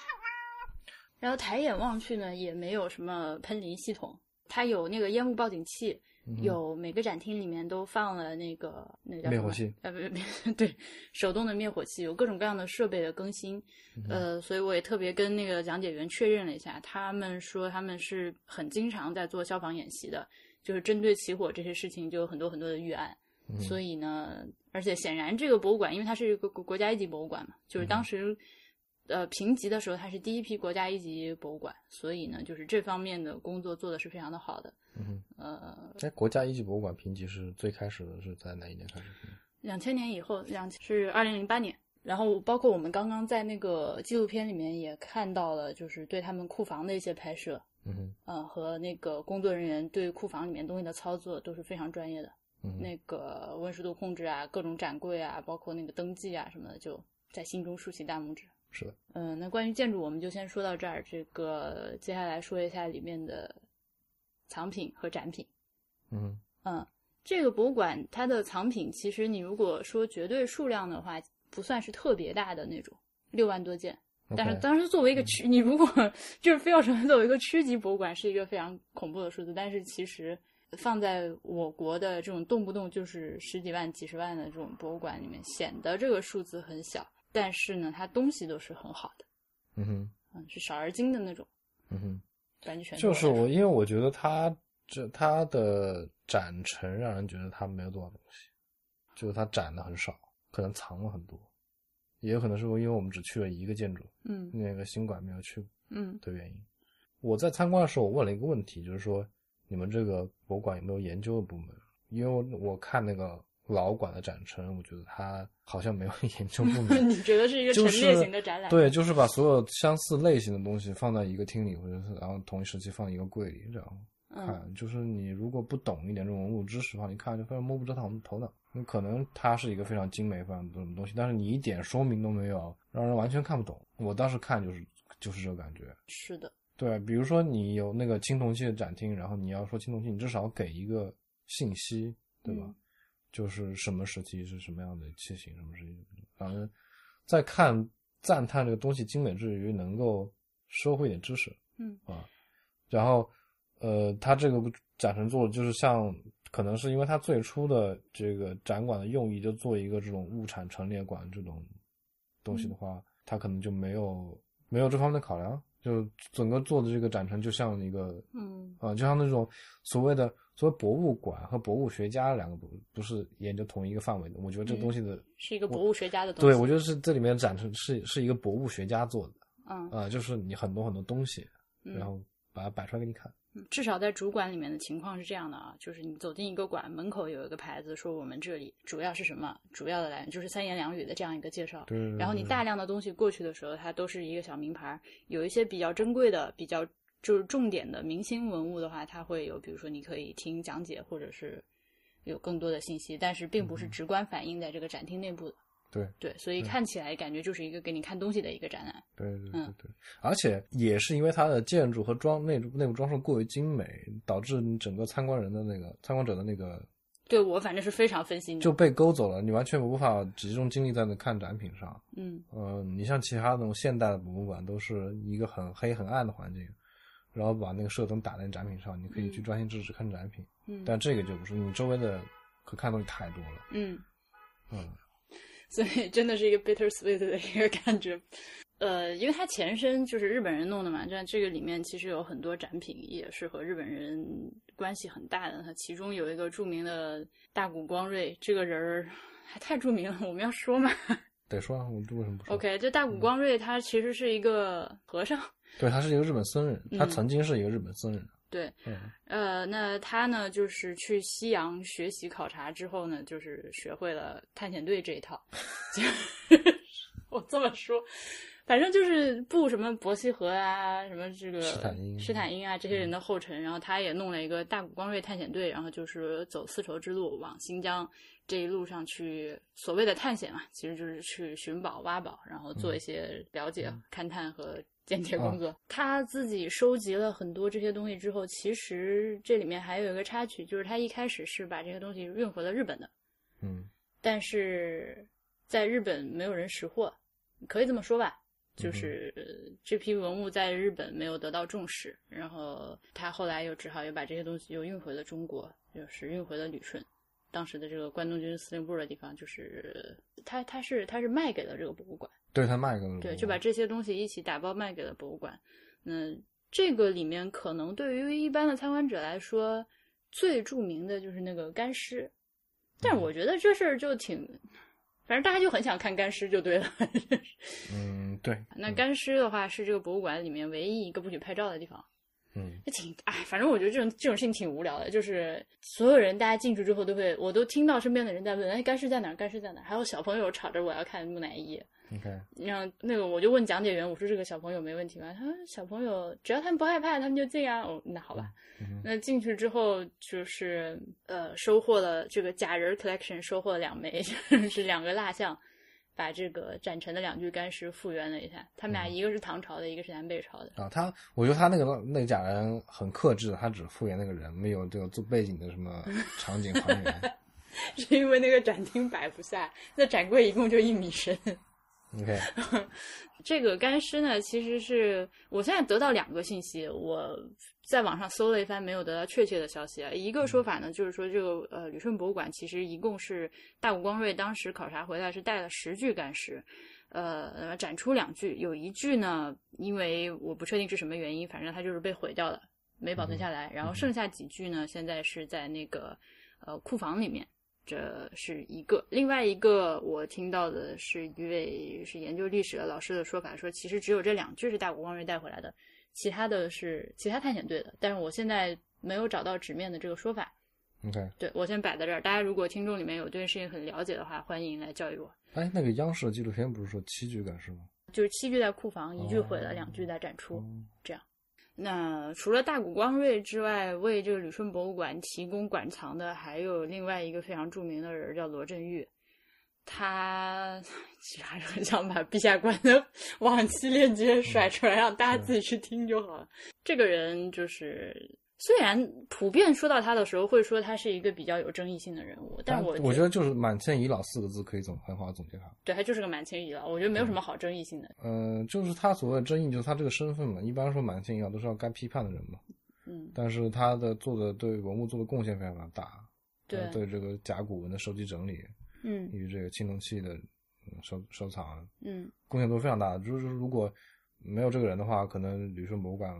Speaker 3: 然后抬眼望去呢，也没有什么喷淋系统，它有那个烟雾报警器，
Speaker 4: 嗯哼
Speaker 3: 有每个展厅里面都放了那个那个叫
Speaker 4: 灭
Speaker 3: 什么
Speaker 4: 火器，
Speaker 3: 呃，不不， 对，手动的灭火器，有各种各样的设备的更新，
Speaker 4: 嗯
Speaker 3: 呃，所以我也特别跟那个讲解员确认了一下，他们说他们是很经常在做消防演习的，就是针对起火这些事情就有很多很多的预案，
Speaker 4: 嗯
Speaker 3: 所以呢，而且显然这个博物馆，因为它是一个国国家一级博物馆嘛，就是
Speaker 4: 嗯
Speaker 3: 当时、呃评级的时候，它是第一批国家一级博物馆，所以呢，就是这方面的工作做的是非常的好的。
Speaker 4: 嗯哼，
Speaker 3: 呃，
Speaker 4: 哎，国家一级博物馆评级是最开始的是在哪一年开始评？
Speaker 3: 两千年以后，两是二零零八年。然后包括我们刚刚在那个纪录片里面也看到了，就是对他们库房的一些拍摄，
Speaker 4: 嗯哼，
Speaker 3: 呃，和那个工作人员对库房里面东西的操作都是非常专业的。
Speaker 4: 嗯哼，
Speaker 3: 那个温湿度控制啊，各种展柜啊，包括那个登记啊什么的，就在心中竖起大拇指。
Speaker 4: 是的，
Speaker 3: 嗯、那关于建筑我们就先说到这儿，这个接下来说一下里面的藏品和展品。
Speaker 4: 嗯哼，
Speaker 3: 嗯，这个博物馆它的藏品，其实你如果说绝对数量的话，不算是特别大的那种，六万多件。但是
Speaker 4: OK
Speaker 3: 当时作为一个区，你如果就是非要说作为一个区级博物馆，是一个非常恐怖的数字。但是其实放在我国的这种动不动就是十几万、几十万的这种博物馆里面，显得这个数字很小，但是呢，它东西都是很好的。
Speaker 4: 嗯哼，
Speaker 3: 嗯，是少而精的那种
Speaker 4: 嗯哼。
Speaker 3: 版权。
Speaker 4: 就是我，因为我觉得他这他的展陈让人觉得他没有多少东西，就是他展的很少，可能藏了很多，也有可能是因为我们只去了一个建筑，
Speaker 3: 嗯
Speaker 4: 那个新馆没有去过
Speaker 3: 嗯
Speaker 4: 的原因。我在参观的时候，我问了一个问题，就是说你们这个博物馆有没有研究的部门？因为我我看那个老馆的展陈，我觉得它好像没有研究部 门。
Speaker 3: 你觉得是一个
Speaker 4: 就
Speaker 3: 陈列
Speaker 4: 是
Speaker 3: 型的展览
Speaker 4: 对，就是把所有相似类型的东西放在一个厅里，或者是然后同一时期放一个柜里，这样。
Speaker 3: 嗯
Speaker 4: 看，就是你如果不懂一点这种文物知识的话，你看就非常摸不着头头脑。你可能它是一个非常精美、非常多的东西，但是你一点说明都没有，让人完全看不懂。我当时看就是就是这个感觉。
Speaker 3: 是的，
Speaker 4: 对，比如说你有那个青铜器的展厅，然后你要说青铜器，你至少给一个信息，对吧？
Speaker 3: 嗯
Speaker 4: 就是什么时期是什么样的器型，什么时期，反正在看赞叹这个东西精美之余，能够收获一点知识。
Speaker 3: 嗯
Speaker 4: 啊，然后呃，它这个展陈做的就是像，可能是因为它最初的这个展馆的用意就做一个这种物产陈列馆这种东
Speaker 3: 嗯
Speaker 4: 西的话，它可能就没有没有这方面的考量，就整个做的这个展陈就像一个
Speaker 3: 嗯
Speaker 4: 啊、就像那种所谓的所谓博物馆和博物学家两个不不是研究同一个范围的，我觉得这个东西的，
Speaker 3: 嗯是一个博物学家的东
Speaker 4: 对
Speaker 3: 西。
Speaker 4: 我觉得是这里面展陈是是一个博物学家做的
Speaker 3: 嗯
Speaker 4: 啊、就是你很多很多东西，
Speaker 3: 嗯，
Speaker 4: 然后把它摆出来给你看。
Speaker 3: 嗯至少在主馆里面的情况是这样的啊，就是你走进一个馆，门口有一个牌子说我们这里主要是什么，主要的来源就是三言两语的这样一个介绍。
Speaker 4: 对，
Speaker 3: 然后你大量的东西过去的时候，它都是一个小名牌儿，有一些比较珍贵的、比较就是重点的明星文物的话，它会有，比如说你可以听讲解，或者是有更多的信息，但是并不是直观反映在这个展厅内部的。
Speaker 4: 嗯对嗯
Speaker 3: 对，所以
Speaker 4: 对
Speaker 3: 看起来感觉就是一个给你看东西的一个展览。
Speaker 4: 对对对
Speaker 3: 嗯
Speaker 4: 对，而且也是因为它的建筑和装内部内部装饰过于精美，导致你整个参观人的那个参观者的那个
Speaker 3: 对我反正是非常分心的。
Speaker 4: 就被勾走了，你完全无法集中精力在那看展品上。
Speaker 3: 嗯
Speaker 4: 嗯，你像其他那种现代的博物馆，都是一个很黑很暗的环境，然后把那个射灯打在展品上，你可以
Speaker 3: 嗯
Speaker 4: 去专心致志看展品。
Speaker 3: 嗯
Speaker 4: 但这个就不是，你周围的可看的东西太多了。
Speaker 3: 嗯。
Speaker 4: 嗯，
Speaker 3: 所以真的是一个 bittersweet 的一个感觉。呃，因为它前身就是日本人弄的嘛，这这个里面其实有很多展品也是和日本人关系很大的。它其中有一个著名的大谷光瑞，这个人儿还太著名了，我们要说嘛。
Speaker 4: 得说啊，我为什么不说
Speaker 3: OK，这大谷光瑞他其实是一个和尚，
Speaker 4: 对，他是一个日本僧人，他
Speaker 3: 嗯
Speaker 4: 曾经是一个日本僧人。
Speaker 3: 对，
Speaker 4: 嗯
Speaker 3: 呃，那他呢，就是去西洋学习考察之后呢，就是学会了探险队这一套。就是 我这么说，反正就是步什么伯希和啊，什么这个
Speaker 4: 斯坦因嗯
Speaker 3: 斯坦因啊这些人的后尘，然后他也弄了一个大谷光瑞探险队，然后就是走丝绸之路往新疆这一路上去，所谓的探险嘛，其实就是去寻宝、挖宝，然后
Speaker 4: 嗯
Speaker 3: 做一些了解、勘探和间谍
Speaker 4: 啊
Speaker 3: 工作。他自己收集了很多这些东西之后，其实这里面还有一个插曲，就是他一开始是把这些东西运回了日本的，
Speaker 4: 嗯
Speaker 3: 但是在日本没有人识货，可以这么说吧。就
Speaker 4: 嗯哼
Speaker 3: 是呃这批文物在日本没有得到重视，然后他后来又只好又把这些东西又运回了中国，就是运回了旅顺，当时的这个关东军司令部的地方，就是他他是他是卖给了这个博物馆。
Speaker 4: 对他卖给了
Speaker 3: 对，
Speaker 4: 我
Speaker 3: 就把这些东西一起打包卖给了博物馆。那这个里面可能对于一般的参观者来说，最著名的就是那个干尸，但是我觉得这事儿就挺，反正大家就很想看干尸就对了。
Speaker 4: 嗯，对，
Speaker 3: 那
Speaker 4: 嗯
Speaker 3: 干尸的话是这个博物馆里面唯一一个不许拍照的地方。
Speaker 4: 嗯
Speaker 3: 就挺哎，反正我觉得这种这种事情挺无聊的，就是所有人大家进去之后都会，我都听到身边的人在问，哎，干尸在哪儿？干尸在哪儿？还有小朋友吵着我要看木乃伊，
Speaker 4: ，OK，
Speaker 3: 然后那个我就问讲解员，我说这个小朋友没问题吧？他说小朋友只要他们不害怕，他们就进啊。哦，那好吧。
Speaker 4: 嗯哼
Speaker 3: 那进去之后就是呃，收获了这个假人 collection，收获了两枚， 就是两个蜡像，把这个展陈的两具干尸复原了一下。他们俩
Speaker 4: 嗯
Speaker 3: 一个是唐朝的，一个是南北朝的。
Speaker 4: 啊，他我觉得他那个那个假人很克制，他只复原那个人，没有这个做背景的什么场景还 原。
Speaker 3: 是因为那个展厅摆不下，那展柜一共就一米深。
Speaker 4: OK，
Speaker 3: 这个干尸呢，其实是我现在得到两个信息，我在网上搜了一番，没有得到确切的消息啊。一个说法呢，就是说这个呃旅顺博物馆其实一共是大谷光瑞当时考察回来是带了十具干尸，呃展出两句，有一句呢，因为我不确定是什么原因，反正它就是被毁掉了，没保存下来。然后剩下几句呢，现在是在那个呃库房里面。这是一个，另外一个我听到的是一位是研究历史的老师的说法，说其实只有这两句是大谷光瑞带回来的，其他的是其他探险队的。但是我现在没有找到纸面的这个说法，
Speaker 4: OK，
Speaker 3: 对我先摆在这儿。大家如果听众里面有对事情很了解的话，欢迎来教育我。
Speaker 4: 哎，那个央视的纪录片不是说七句感是吗？
Speaker 3: 就是七句在库房，一句毁
Speaker 4: 哦
Speaker 3: 了，两句在展出。
Speaker 4: 嗯
Speaker 3: 那除了大谷光瑞之外，为这个旅顺博物馆提供馆藏的还有另外一个非常著名的人，叫罗振玉。他其实还是很想把陛下馆的 往期链接
Speaker 4: 嗯
Speaker 3: 甩出来，让大家自己去听就好了。这个人就是，虽然普遍说到他的时候会说他是一个比较有争议性的人物，但我
Speaker 4: 啊我觉得就是“满清遗老”四个字可以总很好地总结他。
Speaker 3: 对他就是个蛮情遗老，我觉得没有什么好争议性的。
Speaker 4: 嗯，就是他所谓的争议，就是他这个身份嘛。一般说满清遗老都是要该批判的人嘛，
Speaker 3: 嗯，
Speaker 4: 但是他的做的对文物做的贡献非常非常大，
Speaker 3: 对
Speaker 4: 呃对这个甲骨文的收集整理
Speaker 3: 嗯
Speaker 4: 与这个青铜器的嗯收收藏
Speaker 3: 嗯，
Speaker 4: 贡献都非常大。就是如果没有这个人的话，可能旅顺博物馆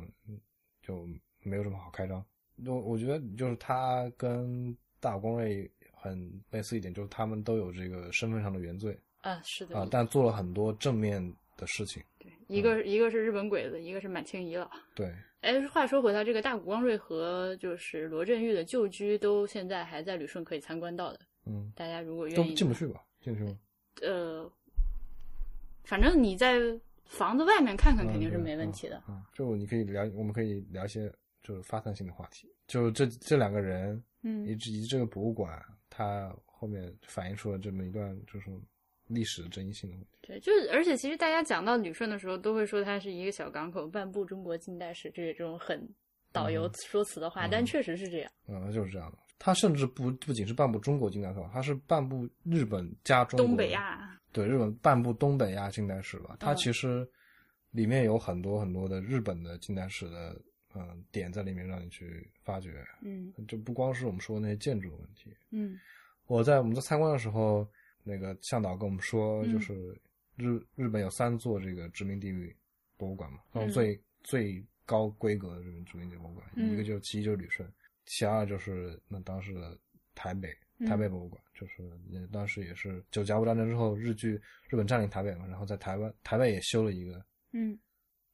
Speaker 4: 就没有什么好开张。我我觉得就是他跟大光瑞很类似一点，就是他们都有这个身份上的原罪
Speaker 3: 啊，是的，
Speaker 4: 啊，但做了很多正面的事情。
Speaker 3: 一
Speaker 4: 嗯
Speaker 3: 个一个是日本鬼子，一个是满清遗老。
Speaker 4: 对，
Speaker 3: 哎，话说回来，这个大谷光瑞和就是罗振玉的旧居都现在还在旅顺可以参观到的，
Speaker 4: 嗯。
Speaker 3: 大家如果愿
Speaker 4: 都
Speaker 3: 意，
Speaker 4: 进不去吧？进去吗？
Speaker 3: 呃，反正你在房子外面看看肯定是没问题的。
Speaker 4: 嗯。嗯就你可以聊，我们可以聊一些就是发散性的话题。就这这两个人，以
Speaker 3: 嗯
Speaker 4: 及以及这个博物馆，它后面反映出了这么一段就是历史的争议性的问题。
Speaker 3: 对，就是而且其实大家讲到旅顺的时候，都会说它是一个小港口，漫步中国近代史，这这种很导游
Speaker 4: 嗯
Speaker 3: 说辞的话，
Speaker 4: 嗯
Speaker 3: 但确实是这样。
Speaker 4: 嗯，就是这样的。它甚至不不仅是半部中国近代史吧，它是半部日本加中国
Speaker 3: 东北亚，
Speaker 4: 对日本半部东北亚近代史吧。它
Speaker 3: 嗯
Speaker 4: 其实里面有很多很多的日本的近代史的嗯点在里面让你去发掘，
Speaker 3: 嗯
Speaker 4: 就不光是我们说的那些建筑的问题，
Speaker 3: 嗯
Speaker 4: 我在我们在参观的时候，那个向导跟我们说，
Speaker 3: 嗯
Speaker 4: 就是日、日本有三座这个殖民地域博物馆嘛，然后
Speaker 3: 嗯
Speaker 4: 最、最高规格的这种殖民地博物馆，
Speaker 3: 嗯
Speaker 4: 一个就是其一就是旅顺，其二就是那当时的台北
Speaker 3: 嗯
Speaker 4: 台北博物馆，就是那当时也是就甲午战争之后日据日本占领台北嘛，然后在台湾台北也修了一个
Speaker 3: 嗯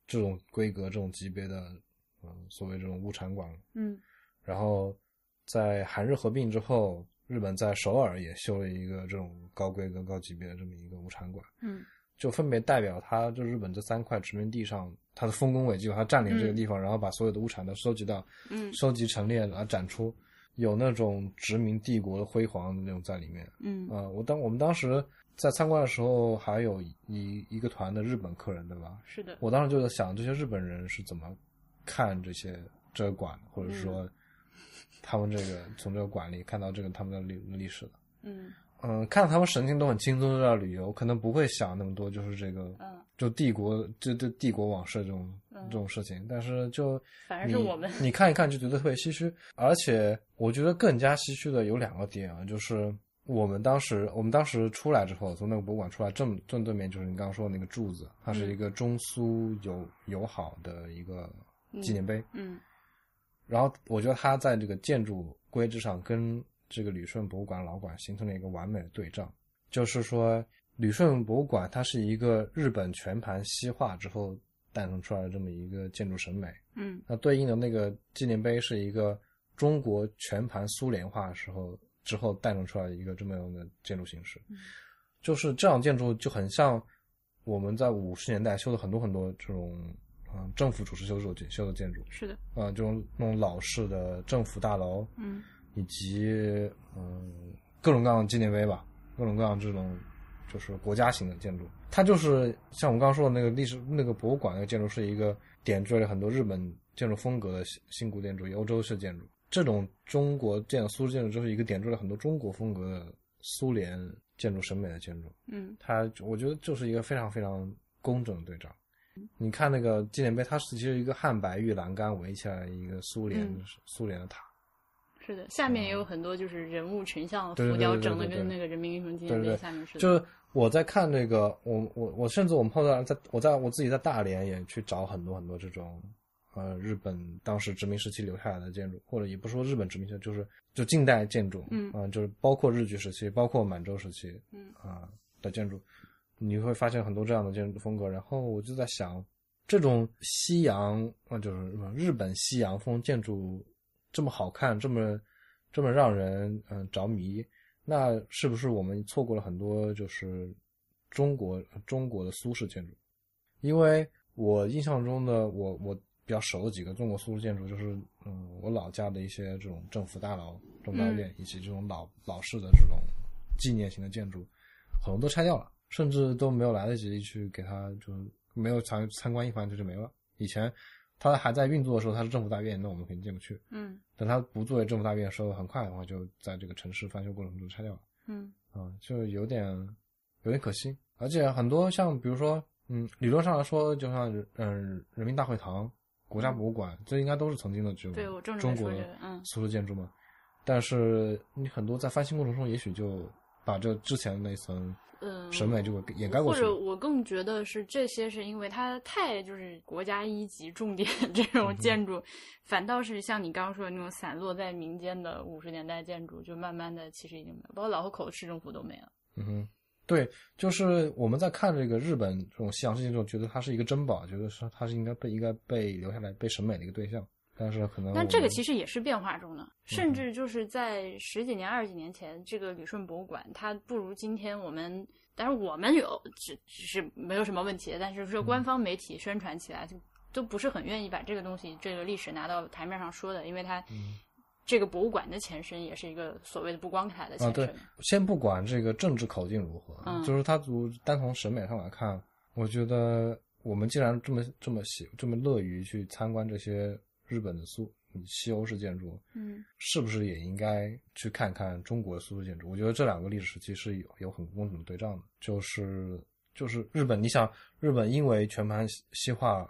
Speaker 4: 这种规格这种级别的，嗯，所谓这种物产馆，
Speaker 3: 嗯
Speaker 4: 然后在韩日合并之后，日本在首尔也修了一个这种高规格、高级别的这么一个无产馆，
Speaker 3: 嗯
Speaker 4: 就分别代表它就日本这三块殖民地上它的丰功伟绩，它占领这个地方，然后把所有的物产都收集到，
Speaker 3: 嗯
Speaker 4: 收集陈列然后展出，有那种殖民帝国的辉煌的那种在里面。
Speaker 3: 嗯
Speaker 4: 啊、我当我们当时在参观的时候，还有一一个团的日本客人，对吧？
Speaker 3: 是的，
Speaker 4: 我当时就在想，这些日本人是怎么看这些这个馆，或者说他们这个从这个馆里看到这个他们的历历史的。
Speaker 3: 嗯
Speaker 4: 嗯，看到他们神情都很轻松，热爱旅游，可能不会想那么多，就是这个，
Speaker 3: 嗯，
Speaker 4: 就帝国，这这帝国往事这种、
Speaker 3: 嗯
Speaker 4: 这种事情。但是就
Speaker 3: 反而是
Speaker 4: 你
Speaker 3: 我们
Speaker 4: 你看一看就觉得特别唏嘘，而且我觉得更加唏嘘的有两个点啊，就是我们当时我们当时出来之后，从那个博物馆出来，正正对面就是你刚刚说的那个柱子，它
Speaker 3: 嗯
Speaker 4: 是一个中苏友友好的一个纪念碑。
Speaker 3: 嗯
Speaker 4: 然后我觉得它在这个建筑规制上跟这个旅顺博物馆老馆形成了一个完美的对仗，就是说旅顺博物馆它是一个日本全盘西化之后诞生出来的这么一个建筑审美，
Speaker 3: 嗯
Speaker 4: 那对应的那个纪念碑是一个中国全盘苏联化时候之后诞生出来的一个这么样的建筑形
Speaker 3: 嗯
Speaker 4: 式，就是这样建筑就很像我们在五十年代修的很多很多这种嗯政府主持修建修的建筑，
Speaker 3: 是的，
Speaker 4: 啊、这种那种老式的政府大楼，
Speaker 3: 嗯
Speaker 4: 以及嗯、各种各样的纪念碑吧，各种各样这种就是国家型的建筑，它就是像我们刚刚说的那个历史那个博物馆那个建筑是一个点缀了很多日本建筑风格的新新古典主义欧洲式建筑，这种中国建苏式建筑就是一个点缀了很多中国风格的苏联建筑审美的建筑，
Speaker 3: 嗯
Speaker 4: 它我觉得就是一个非常非常工整的对仗。你看那个纪念碑，它是其实一个汉白玉栏杆围起来的一个苏联、
Speaker 3: 嗯
Speaker 4: 苏联的塔，
Speaker 3: 是的，下面也有很多就是人物群像
Speaker 4: 嗯对对
Speaker 3: 浮
Speaker 4: 对
Speaker 3: 雕
Speaker 4: 对对
Speaker 3: 整的
Speaker 4: 对
Speaker 3: 跟
Speaker 4: 对
Speaker 3: 那个人民英雄纪
Speaker 4: 对
Speaker 3: 念
Speaker 4: 对
Speaker 3: 碑
Speaker 4: 对
Speaker 3: 下面似的，
Speaker 4: 就是我在看这个，我我我甚至我们后来在我在我自己在大连也去找很多很多这种，呃，日本当时殖民时期留下来的建筑，或者也不说日本殖民时期，就是就近代建筑，
Speaker 3: 嗯
Speaker 4: 啊就是包括日据时期，包括满洲时期，
Speaker 3: 嗯
Speaker 4: 啊、的建筑，你会发现很多这样的建筑风格。然后我就在想，这种西洋啊、呃就是日本西洋风建筑这么好看，这么这么让人嗯、呃着迷，那是不是我们错过了很多就是中国中国的苏式建筑？因为我印象中的我我比较熟的几个中国苏式建筑，就是嗯我老家的一些这种政府大楼、政府大院、以及这种老老式的这种纪念型的建筑，很多都拆掉了，甚至都没有来得及去给它就没有参参观一番，这就没了。以前它还在运作的时候，它是政府大院，那我们肯定进不去。
Speaker 3: 嗯
Speaker 4: 等它不作为政府大院的时候，很快的话就在这个城市翻修过程中拆掉了，
Speaker 3: 嗯
Speaker 4: 啊、就有点有点可惜。而且很多像比如说，嗯，理论上来说，就像嗯、呃人民大会堂、国家博物馆，这应该都是曾经的这
Speaker 3: 嗯对我正
Speaker 4: 种
Speaker 3: 准
Speaker 4: 中
Speaker 3: 备说
Speaker 4: 国
Speaker 3: 这
Speaker 4: 的
Speaker 3: 个嗯
Speaker 4: 苏式建筑嘛。但是你很多在翻新过程中，也许就把这之前的那层
Speaker 3: 呃，
Speaker 4: 审美就给掩盖过去
Speaker 3: 或者
Speaker 4: 了。
Speaker 3: 我更觉得是这些，是因为它太就是国家一级重点这
Speaker 4: 嗯
Speaker 3: 种建筑，反倒是像你刚刚说的那种散落在民间的五十年代建筑，就慢慢的其实已经没有，包括老河口市政府都没了。
Speaker 4: 嗯哼，对，就是我们在看这个日本这种西洋式建筑，觉得它是一个珍宝，觉得是它是应该被应该被留下来、被审美的一个对象。但是可能
Speaker 3: 但这个其
Speaker 4: 实
Speaker 3: 实也是变化中的，
Speaker 4: 嗯
Speaker 3: 甚至就是在十几年、二十几年前，这个旅顺博物馆它不如今天我们。但是我们有，只只是没有什么问题，但是
Speaker 4: 嗯
Speaker 3: 说官方媒体宣传起来就都不是很愿意把这个东西、这个历史拿到台面上说的，因为它
Speaker 4: 嗯
Speaker 3: 这个博物馆的前身也是一个所谓的不光彩的
Speaker 4: 啊，
Speaker 3: 前
Speaker 4: 对
Speaker 3: 身。，
Speaker 4: 先不管这个政治口径如何，
Speaker 3: 嗯
Speaker 4: 就是它从单从审美上来看，我觉得我们既然这么这么喜这么乐于去参观这些日本的苏嗯西欧式建筑，
Speaker 3: 嗯
Speaker 4: 是不是也应该去看看中国的苏式建筑？我觉得这两个历史时期是有有很工整的对仗的，就是就是日本，你想日本因为全盘西西化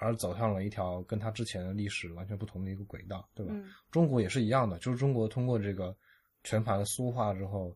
Speaker 4: 而走向了一条跟它之前的历史完全不同的一个轨道，对吧？
Speaker 3: 嗯
Speaker 4: 中国也是一样的，就是中国通过这个全盘的苏化之后，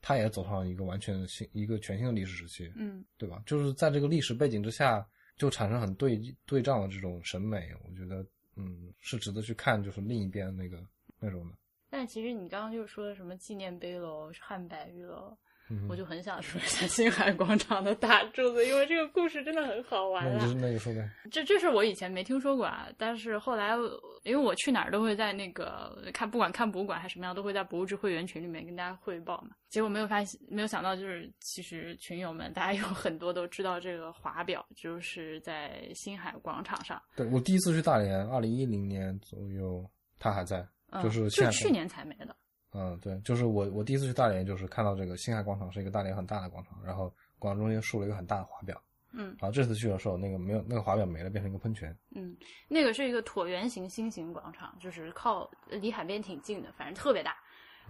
Speaker 4: 它也走上了一个完全新一个全新的历史时期，
Speaker 3: 嗯
Speaker 4: 对吧？就是在这个历史背景之下，就产生很对对仗的这种审美，我觉得，嗯，是值得去看，就是另一边那个那种的。
Speaker 3: 但其实你刚刚就说什么纪念碑楼、汉白玉楼，
Speaker 4: 嗯，
Speaker 3: 我就很想说一下 星海广场的大柱子，因为这个故事真的很好玩啊
Speaker 4: 那你就。那就说呗，
Speaker 3: 这这是我以前没听说过啊，但是后来我因为我去哪儿都会在那个看，不管看博物馆还是什么样，都会在博物志会员群里面跟大家汇报嘛。结果没有发现，没有想到就是其实群友们大家有很多都知道这个华表，就是在星海广场上，
Speaker 4: 对我第一次去大连，二零一零年左右，它还在，
Speaker 3: 嗯，
Speaker 4: 就是现
Speaker 3: 就
Speaker 4: 在
Speaker 3: 去年才没的，
Speaker 4: 嗯，对，就是我我第一次去大连，就是看到这个星海广场是一个大连很大的广场，然后广场中间竖了一个很大的华表，
Speaker 3: 嗯
Speaker 4: 然后这次去的时候，那个没有那个华表没了，变成一个喷泉。
Speaker 3: 嗯，那个是一个椭圆形新型广场，就是靠呃离海边挺近的，反正特别大。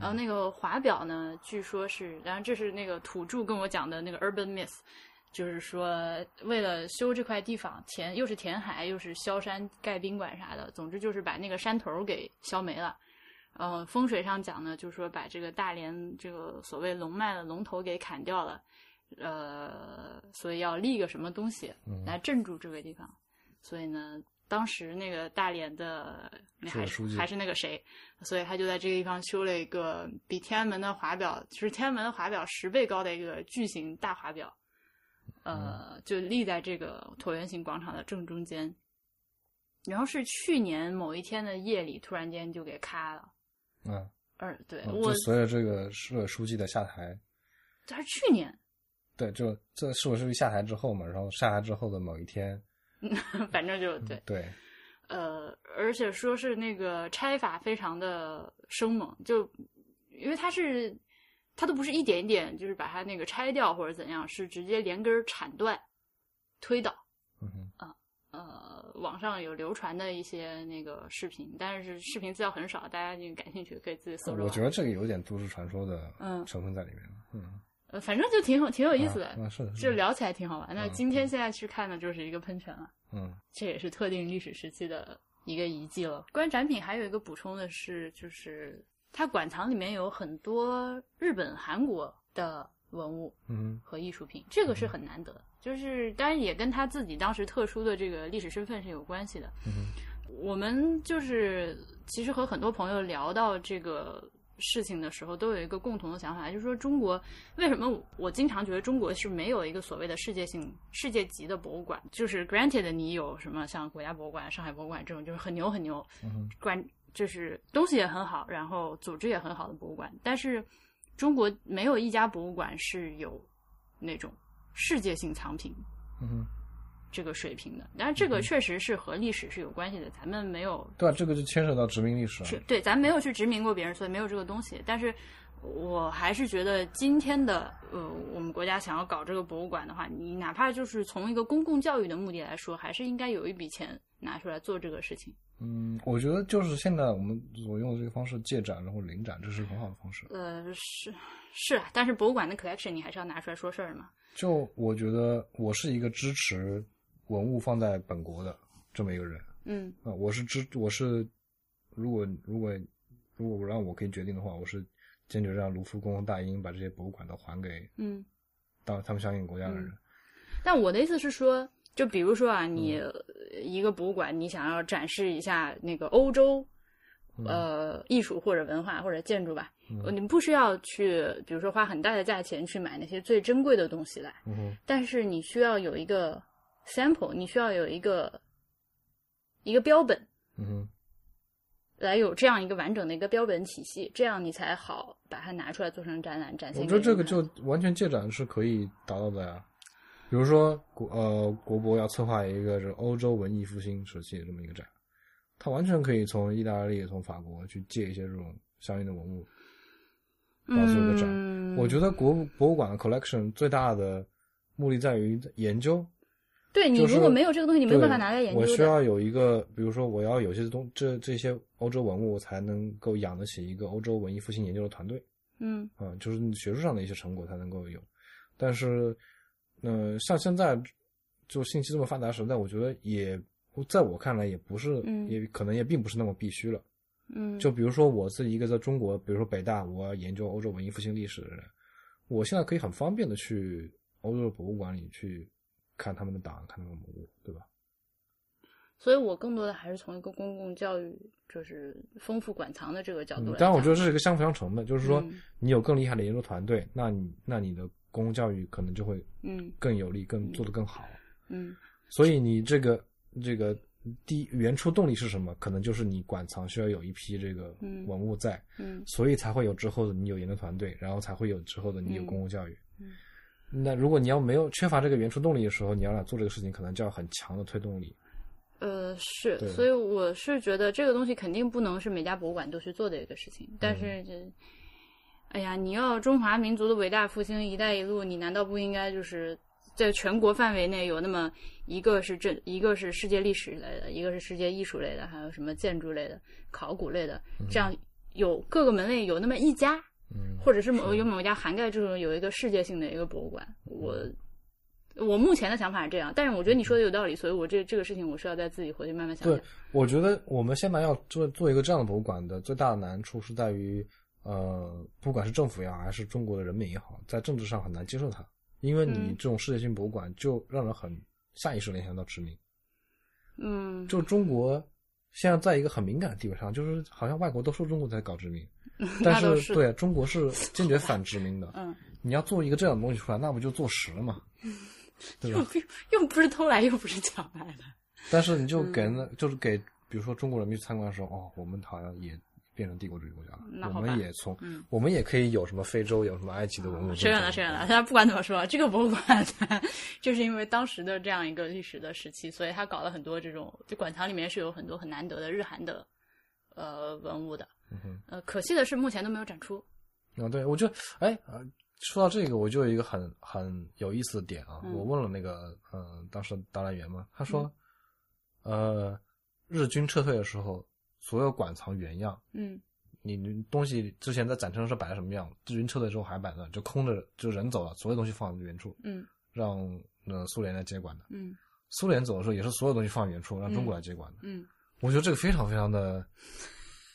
Speaker 3: 然后那个华表呢，据说是，然后这是那个土著跟我讲的那个 urban myth，就是说为了修这块地方，填又是填海又是削山盖宾馆啥的，总之就是把那个山头儿给削没了。呃，风水上讲呢，就是说把这个大连这个所谓龙脉的龙头给砍掉了，呃，所以要立个什么东西
Speaker 4: 嗯
Speaker 3: 来镇住这个地方。所以呢，当时那个大连的那
Speaker 4: 市委
Speaker 3: 还
Speaker 4: 书记
Speaker 3: 是还是那个谁，所以他就在这个地方修了一个比天安门的华表，就是天安门的华表十倍高的一个巨型大华表，呃，
Speaker 4: 嗯
Speaker 3: 就立在这个椭圆形广场的正中间。然后是去年某一天的夜里，突然间就给咔了。
Speaker 4: 嗯，
Speaker 3: 呃，对
Speaker 4: 嗯
Speaker 3: 我
Speaker 4: 就，随着这个市委书记的下台，
Speaker 3: 他是去年，
Speaker 4: 对，就这市委书记下台之后嘛，然后下台之后的某一天，
Speaker 3: 反正就嗯对，
Speaker 4: 对，
Speaker 3: 呃，而且说是那个拆法非常的生猛，就因为它是它都不是一点一点，就是把它那个拆掉或者怎样，是直接连根儿铲断、推倒。
Speaker 4: 嗯哼，
Speaker 3: 呃，网上有流传的一些那个视频，但是视频资料很少，大家就感兴趣可以自己搜着玩。
Speaker 4: 嗯我觉得这个有点都市传说的
Speaker 3: 嗯
Speaker 4: 成分在里面了，嗯，
Speaker 3: 呃，反正就挺有挺有
Speaker 4: 有
Speaker 3: 意思的，
Speaker 4: 啊，是的，是
Speaker 3: 就
Speaker 4: 的，
Speaker 3: 聊起来挺好玩的。那
Speaker 4: 嗯
Speaker 3: 今天现在去看的就是一个喷泉了，
Speaker 4: 嗯，
Speaker 3: 这也是特定历史时期的一个遗迹了。关于展品还有一个补充的是，就是它馆藏里面有很多日本、韩国的文物
Speaker 4: 嗯
Speaker 3: 和艺术品，这个是很难得的。就是当然也跟他自己当时特殊的这个历史身份是有关系的。
Speaker 4: 嗯
Speaker 3: 我们就是其实和很多朋友聊到这个事情的时候，都有一个共同的想法，就是说中国为什么我我经常觉得中国是没有一个所谓的世界性、世界级的博物馆？就是 granted 你有什么像国家博物馆、上海博物馆这种，就是很牛很牛，
Speaker 4: 嗯
Speaker 3: 关就是东西也很好，然后组织也很好的博物馆，但是中国没有一家博物馆是有那种世界性藏品
Speaker 4: 嗯，
Speaker 3: 这个水平的。当然，这个确实是和历史是有关系的，咱们没有
Speaker 4: 对啊，这个就牵扯到殖民历史
Speaker 3: 是
Speaker 4: 了。
Speaker 3: 对，咱没有去殖民过别人，所以没有这个东西。但是我还是觉得今天的呃，我们国家想要搞这个博物馆的话，你哪怕就是从一个公共教育的目的来说，还是应该有一笔钱拿出来做这个事情。
Speaker 4: 嗯，我觉得就是现在我们所用的这个方式，借展然后领展，这是很好的方式。
Speaker 3: 呃，是是啊，但是博物馆的 collection 你还是要拿出来说事儿嘛。
Speaker 4: 就我觉得我是一个支持文物放在本国的这么一个人
Speaker 3: 嗯
Speaker 4: 啊、我是支我是如果如果如果让我可以决定的话，我是坚决让卢浮宫、大英把这些博物馆都还给
Speaker 3: 嗯，
Speaker 4: 当他们相应国家的人。
Speaker 3: 但我的意思是说，就比如说啊，你呃一个博物馆，你想要展示一下那个欧洲。呃，艺术或者文化或者建筑吧，呃你不需要去，比如说花很大的价钱去买那些最珍贵的东西来，
Speaker 4: 嗯哼，
Speaker 3: 但是你需要有一个 sample，你需要有一个一个标本，
Speaker 4: 嗯哼，
Speaker 3: 来有这样一个完整的一个标本体系，这样你才好把它拿出来做成展览展现
Speaker 4: 我
Speaker 3: 给人
Speaker 4: 觉
Speaker 3: 看。
Speaker 4: 得这个就完全借展是可以达到的呀。比如说国呃国博要策划一个是欧洲文艺复兴时期的这么一个展，它完全可以从意大利、从法国去借一些这种相应的文物。到时候的展
Speaker 3: 嗯、
Speaker 4: 我觉得国博物馆的 collection 最大的目的在于研究，
Speaker 3: 对你
Speaker 4: 就是
Speaker 3: 如果没有这个东西，你没有
Speaker 4: 对
Speaker 3: 办法拿来研究
Speaker 4: 我
Speaker 3: 的。
Speaker 4: 需要有一个，比如说我要有些东这这些欧洲文物，我才能够养得起一个欧洲文艺复兴研究的团队。
Speaker 3: 嗯
Speaker 4: 啊、就是你学术上的一些成果才能够有。但是，嗯、像现在就信息这么发达的时代，我觉得也在我看来也不是，
Speaker 3: 嗯
Speaker 4: 也可能也并不是那么必须了。
Speaker 3: 嗯，
Speaker 4: 就比如说我是一个在中国，比如说北大，我要研究欧洲文艺复兴历史的人，我现在可以很方便的去欧洲的博物馆里去看他们的档，看他们的文物，对吧？
Speaker 3: 所以我更多的还是从一个公共教育，就是丰富馆藏哦的这个角度来
Speaker 4: 嗯
Speaker 3: 讲。
Speaker 4: 当然，我觉得这是一个相辅相成的，就是说
Speaker 3: 嗯
Speaker 4: 你有更厉害的研究团队，那你那你的公共教育可能就会
Speaker 3: 嗯
Speaker 4: 更有力，更做得更好。
Speaker 3: 嗯
Speaker 4: 所以你这个这个第原初动力是什么？可能就是你馆藏需要有一批这个
Speaker 3: 嗯
Speaker 4: 文物在，
Speaker 3: 嗯
Speaker 4: 所以才会有之后的你有研究团队，然后才会有之后的你有
Speaker 3: 嗯
Speaker 4: 公共教育。
Speaker 3: 嗯
Speaker 4: 那如果你要没有缺乏这个原初动力的时候，你要来做这个事情，可能就要很强的推动力。
Speaker 3: 呃是
Speaker 4: 对，
Speaker 3: 所以我是觉得这个东西肯定不能是每家博物馆都去做的一个事情，但是这。哎呀，你要中华民族的伟大复兴、一带一路，你难道不应该就是在全国范围内有那么一个是这，一个是世界历史类的，一个是世界艺术类的，还有什么建筑类的、考古类的，这样有各个门类有那么一家，
Speaker 4: 嗯，
Speaker 3: 或者是某
Speaker 4: 是
Speaker 3: 有某一家涵盖这种有一个世界性的一个博物馆。我
Speaker 4: 嗯
Speaker 3: 我目前的想法是这样，但是我觉得你说的有道理，所以我这这个事情我是要再自己回去慢慢想
Speaker 4: 对
Speaker 3: 想。，
Speaker 4: 我觉得我们现在要做做一个这样的博物馆的最大的难处是在于，呃，不管是政府也好，还是中国的人民也好，在政治上很难接受它，因为你
Speaker 3: 嗯
Speaker 4: 这种世界性博物馆就让人很下意识联想到殖民。
Speaker 3: 嗯，
Speaker 4: 就中国现在在一个很敏感的地位上，就是好像外国都说中国在搞 殖民，但
Speaker 3: 那倒是
Speaker 4: 对中国是坚决反 殖民的。
Speaker 3: 嗯，
Speaker 4: 你要做一个这样的东西出来，那不就坐实了嘛？对
Speaker 3: 又
Speaker 4: 吧？
Speaker 3: 不又不是偷来，又不是抢来的。
Speaker 4: 但是你就给人，
Speaker 3: 嗯
Speaker 4: 就是给，比如说中国人民去参观的时候，哦，我们好像也变成帝国主义国家
Speaker 3: 那
Speaker 4: 了，
Speaker 3: 好
Speaker 4: 我
Speaker 3: 吧
Speaker 4: 们也从，
Speaker 3: 嗯
Speaker 4: 我们也可以有什么非洲，有什么埃及的文物。
Speaker 3: 扯远了，扯远了。。 但不管怎么说，这个博物馆 就是因为当时的这样一个历史的时期，所以它搞了很多这种，就馆藏里面是有很多很难得的日韩的呃文物的。
Speaker 4: 嗯哼，
Speaker 3: 呃，可惜的是目前都没有展出。
Speaker 4: 啊，对，我就，哎，呃说到这个，我就有一个很很有意思的点啊，
Speaker 3: 嗯
Speaker 4: 我问了那个，嗯、当时的导览员嘛，他说，呃，日军撤退的时候，所有馆藏原样。
Speaker 3: 嗯
Speaker 4: 你你东西之前在展厅的时候摆的什么样？日军撤退之后还摆那，就空着，就人走了，所有东西放原处，
Speaker 3: 嗯
Speaker 4: 让呃苏联来接管的。
Speaker 3: 嗯
Speaker 4: 苏联走的时候也是所有东西放原处，让中国来接管的。
Speaker 3: 嗯
Speaker 4: 我觉得这个非常非常的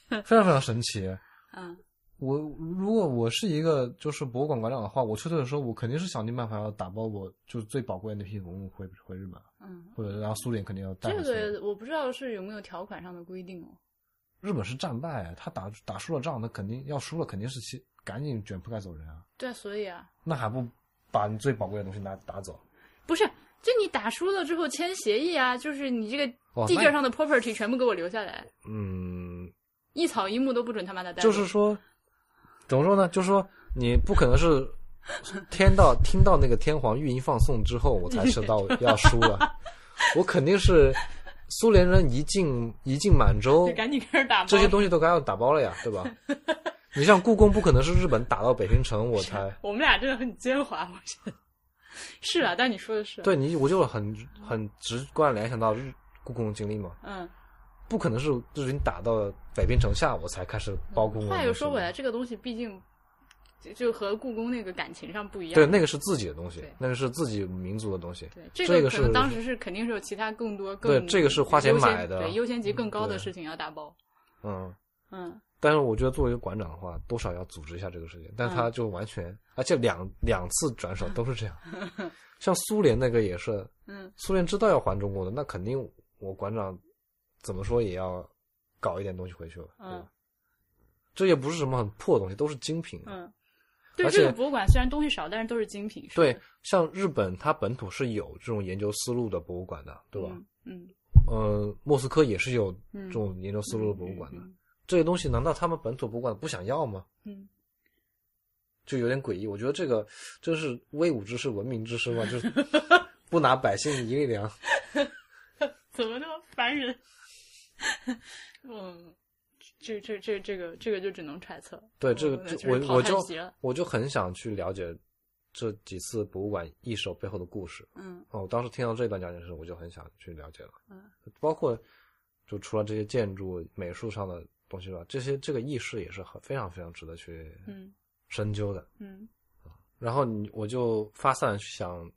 Speaker 4: 非常非常神奇。
Speaker 3: 嗯
Speaker 4: 我如果我是一个就是博物馆馆长的话，我去的时候，我肯定是想尽办法要打包我就是最宝贵的那批文物回回日本，
Speaker 3: 嗯，
Speaker 4: 或者然后苏联肯定要带
Speaker 3: 这
Speaker 4: 回去。
Speaker 3: 个我不知道是有没有条款上的规定哦。
Speaker 4: 日本是战败啊，他打打输了仗，那肯定要输了，肯定是先赶紧卷铺盖走人啊，
Speaker 3: 对啊，所以啊，
Speaker 4: 那还不把你最宝贵的东西拿打走？
Speaker 3: 不是，就你打输了之后签协议啊，就是你这
Speaker 4: 哦
Speaker 3: 个地界上的 property 全部给我留下来，
Speaker 4: 嗯，
Speaker 3: 一草一木都不准他妈的带走。
Speaker 4: 就是说，怎么说呢？就是说，你不可能是天到听到那个天皇御音放送之后，我才知道要输了。我肯定是苏联人一进一进满洲
Speaker 3: 就，赶紧开始打包
Speaker 4: 这些东西都该要打包了呀，对吧？你像故宫，不可能是日本打到北京城我才
Speaker 3: 我们俩真的很奸猾，我觉得是啊，但你说的是，
Speaker 4: 对你，我就很很直观联想到日故宫的经历嘛。
Speaker 3: 嗯。
Speaker 4: 不可能是日军打到北平城下，我才开始包公
Speaker 3: 嗯
Speaker 4: 文。
Speaker 3: 话又说回来，，这个东西毕竟就就和故宫那个感情上不一样。
Speaker 4: 对，那个是自己的东西
Speaker 3: 对，
Speaker 4: 那个是自己民族的东西。
Speaker 3: 对，这
Speaker 4: 这个
Speaker 3: 可
Speaker 4: 是
Speaker 3: 能当时是肯定是有其他更多更
Speaker 4: 对这个是花钱
Speaker 3: 优先
Speaker 4: 买的嗯
Speaker 3: 对优先级更高的
Speaker 4: 对
Speaker 3: 事情要打包。
Speaker 4: 嗯，
Speaker 3: 嗯，
Speaker 4: 但是我觉得作为馆长的话，多少要组织一下这个事情。
Speaker 3: 嗯
Speaker 4: 但他就完全，而且两两次转手都 是这样。像苏联那个也是，
Speaker 3: 嗯，
Speaker 4: 苏联知道要还中国的，那肯定我馆长怎么说也要搞一点东西回去了。对吧
Speaker 3: 嗯
Speaker 4: 这也不是什么很破的东西，都是精品。
Speaker 3: 嗯，对，
Speaker 4: 而且
Speaker 3: 这个博物馆虽然东西少，但是都是精品。是吧嗯
Speaker 4: 对，，像日本它本土是有这种研究思路的博物馆的，对吧？
Speaker 3: 嗯嗯，
Speaker 4: 呃，莫斯科也是有这
Speaker 3: 嗯
Speaker 4: 种研究思路的博物馆的。
Speaker 3: 嗯
Speaker 4: 这些东西难道他们本土博物馆不想要吗？
Speaker 3: 嗯，
Speaker 4: 就有点诡异。我觉得这个真是威武之师、文明之师嘛， 就是不拿百姓一个粮。
Speaker 3: 怎么那么烦人？ 嗯，这这这这个这个就只能揣测。
Speaker 4: 对这个
Speaker 3: 我，
Speaker 4: 这
Speaker 3: 就是
Speaker 4: 我
Speaker 3: 淘
Speaker 4: 我就
Speaker 3: 汰级了
Speaker 4: 我就很想去了解这几次博物馆一手背后的故事。
Speaker 3: 嗯
Speaker 4: 哦，我当时听到这段讲解时，我就很想去了解了。
Speaker 3: 嗯，
Speaker 4: 包括就除了这些建筑、美术上的东西吧，这些这个意识也是很非常非常值得去
Speaker 3: 嗯
Speaker 4: 深究的。
Speaker 3: 嗯
Speaker 4: 然后你我就发散去想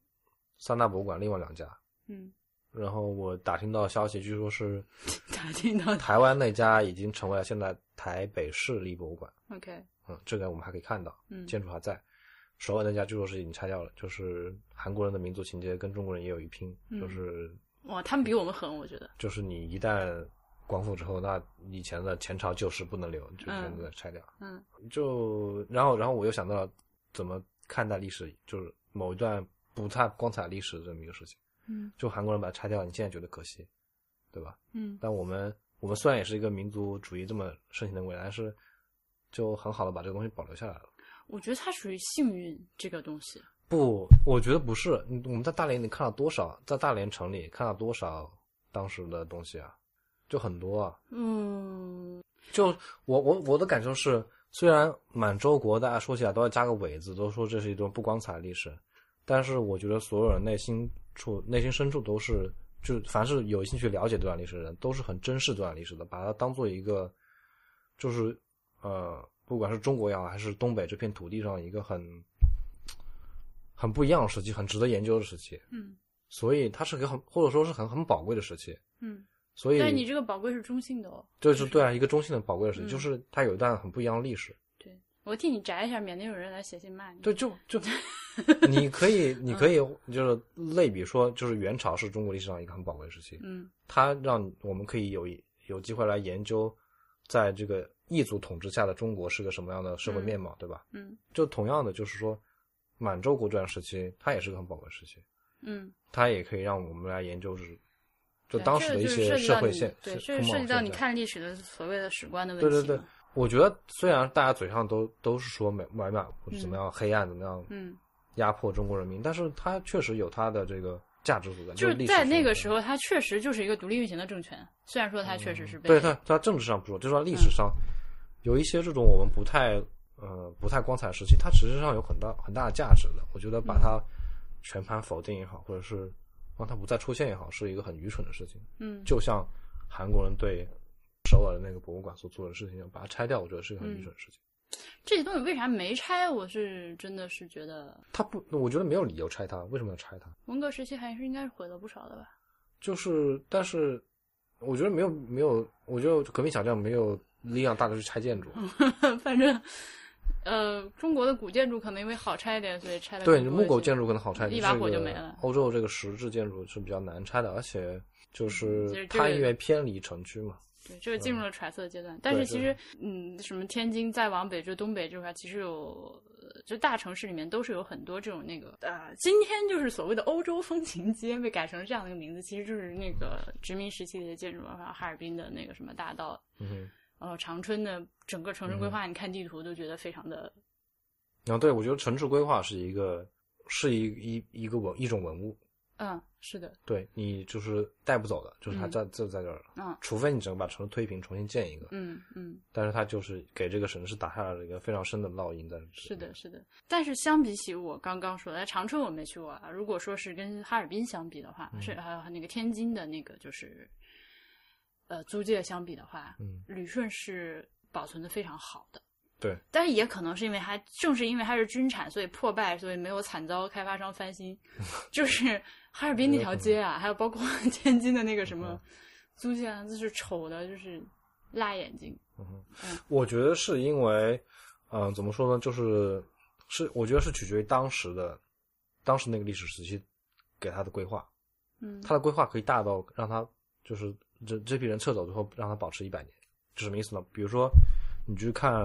Speaker 4: 三大博物馆另外两家，
Speaker 3: 嗯，
Speaker 4: 然后我打听到消息，据说是
Speaker 3: 打听到
Speaker 4: 台湾那家已经成为了现在台北市立博物馆，
Speaker 3: OK，
Speaker 4: 嗯，这个我们还可以看到，
Speaker 3: 嗯
Speaker 4: 建筑还在。首尔那家据说是已经拆掉了，就是韩国人的民族情结跟中国人也有一拼，
Speaker 3: 嗯
Speaker 4: 就是
Speaker 3: 哇，他们比我们狠，我觉得。
Speaker 4: 就是你一旦光复之后，那以前的前朝旧事不能留，就全部得拆掉。
Speaker 3: 嗯
Speaker 4: 就然后然后我又想到了怎么看待历史，就是某一段不太光彩历史这么一个事情。
Speaker 3: 嗯
Speaker 4: 就韩国人把它拆掉，你现在觉得可惜，对吧？
Speaker 3: 嗯
Speaker 4: 但我们我们虽然也是一个民族主义这么盛行的国家，但是就很好的把这个东西保留下来了。
Speaker 3: 我觉得它属于幸运这个东西。
Speaker 4: 不，我觉得不是。你我们在大连，你看到多少？在大连城里看到多少当时的东西啊？就很多啊。
Speaker 3: 嗯
Speaker 4: 就我我我的感受是，虽然满洲国大家说起来都要加个伪字，都说这是一段不光彩的历史，但是我觉得所有人内心处内心深处都是，就凡是有兴趣了解这段历史的人，都是很珍视这段历史的，把它当做一个，就是呃，不管是中国也好，还是东北这片土地上一个很很不一样的时期，很值得研究的时期，
Speaker 3: 嗯
Speaker 4: 所以它是个很或者说是很很宝贵的时期，
Speaker 3: 嗯，
Speaker 4: 所以
Speaker 3: 但是你这个宝贵是中性的哦。
Speaker 4: 就是对啊，一个中性的宝贵的事情，
Speaker 3: 嗯
Speaker 4: 就是它有一段很不一样的历史。
Speaker 3: 对，我替你摘一下，免得有人来写信骂你。
Speaker 4: 对，就就你可以，你可以
Speaker 3: 嗯
Speaker 4: 就是类比说，就是元朝是中国历史上一个很宝贵的时期，
Speaker 3: 嗯
Speaker 4: 它让我们可以有一有机会来研究，在这个异族统治下的中国是个什么样的社会面貌，对吧？
Speaker 3: 嗯
Speaker 4: 就同样的，就是说满洲国这段时期，它也是个很宝贵的时期，
Speaker 3: 嗯，
Speaker 4: 它也可以让我们来研究是。就
Speaker 3: 对
Speaker 4: 当时
Speaker 3: 这
Speaker 4: 的
Speaker 3: 个
Speaker 4: 一
Speaker 3: 就
Speaker 4: 些
Speaker 3: 是涉及
Speaker 4: 社
Speaker 3: 到
Speaker 4: 会
Speaker 3: 你
Speaker 4: 现，
Speaker 3: 对，
Speaker 4: 是
Speaker 3: 这
Speaker 4: 风
Speaker 3: 是
Speaker 4: 貌
Speaker 3: 涉及到
Speaker 4: 现
Speaker 3: 你
Speaker 4: 象
Speaker 3: 看历史的所谓的史观的问
Speaker 4: 对
Speaker 3: 题。
Speaker 4: 对对，，我觉得虽然大家嘴上都都是说美买满怎么样黑暗怎么样
Speaker 3: 嗯，
Speaker 4: 压迫中国人民，但是它确实有它的这个价值所在，
Speaker 3: 就是是
Speaker 4: 历史
Speaker 3: 在那个时
Speaker 4: 所在。
Speaker 3: 候，它确实就是一个独立运行的政权。虽然说它确实是被
Speaker 4: 嗯
Speaker 3: 嗯
Speaker 4: 对它，它政治上不说，就算历史上有一些这种我们不太呃不太光彩的时期，它实质上有很大很大的价值的。我觉得把
Speaker 3: 嗯
Speaker 4: 它全盘否定也好，或者是让它不再出现也好，是一个很愚蠢的事情。
Speaker 3: 嗯
Speaker 4: 就像韩国人对首尔的那个博物馆所做的事情一样，把它拆掉，我觉得是一个很愚
Speaker 3: 嗯
Speaker 4: 蠢的事情。
Speaker 3: 这些东西为啥没拆？我是真的是觉得
Speaker 4: 他不，我觉得没有理由拆它，为什么要拆它？
Speaker 3: 文革时期还是应该是毁了不少的吧。
Speaker 4: 就是，但是，我觉得没有没有，我觉得革命小将没有力量大的去拆建筑。
Speaker 3: 嗯 反正，呃，中国的古建筑可能因为好拆一点，所以拆的
Speaker 4: 对，木
Speaker 3: 构
Speaker 4: 构建筑可能好拆，
Speaker 3: 一把火
Speaker 4: 这
Speaker 3: 就
Speaker 4: 个
Speaker 3: 没了。
Speaker 4: 欧洲这个石质建筑是比较难拆的，而且就
Speaker 3: 嗯就是是
Speaker 4: 它
Speaker 3: 这个
Speaker 4: 因为偏离城区嘛，
Speaker 3: 对，这个进入了揣测阶段。但是其实，嗯，什么天津再往北就东北这块，其实有，呃就大城市里面都是有很多这种那个啊、今天就是所谓的欧洲风情街被改成这样的一个名字，其实就是那个殖民时期的建筑，包括哈尔滨的那个什么大道，
Speaker 4: 嗯哼。
Speaker 3: 然后长春的整个城市规划，你看地图都觉得非常的
Speaker 4: 然后对我觉得城市规划是一个是一一一个文一种文物，
Speaker 3: 嗯，是的，
Speaker 4: 对你就是带不走的，就是它
Speaker 3: 嗯
Speaker 4: 在就在这儿了。
Speaker 3: 嗯
Speaker 4: 除非你整个把城市推平，重新建一个，
Speaker 3: 嗯嗯，
Speaker 4: 但是它就是给这个城市打下了一个非常深的烙印在这里。
Speaker 3: 是的，是的。但是相比起我刚刚说的长春，我没去过啊。如果说是跟哈尔滨相比的话，
Speaker 4: 嗯
Speaker 3: 是还有那个天津的那个就是，呃，租界相比的话，
Speaker 4: 嗯，
Speaker 3: 旅顺是保存的非常好的。
Speaker 4: 对，
Speaker 3: 但是也可能是因为它，正是因为它是军产，所以破败，所以没有惨遭开发商翻 新。就是哈尔滨那条街啊，还有包括 天津的那个什么
Speaker 4: 嗯
Speaker 3: 租界啊，就是丑的，就是辣眼睛。
Speaker 4: 我觉得是因为，嗯、怎么说呢，就是是我觉得是取决于当时的当时那个历史时期给他的规划，
Speaker 3: 嗯，
Speaker 4: 他的规划可以大到让他就是这这批人撤走之后，让他保持一百年，是什么意思呢？比如说你去看，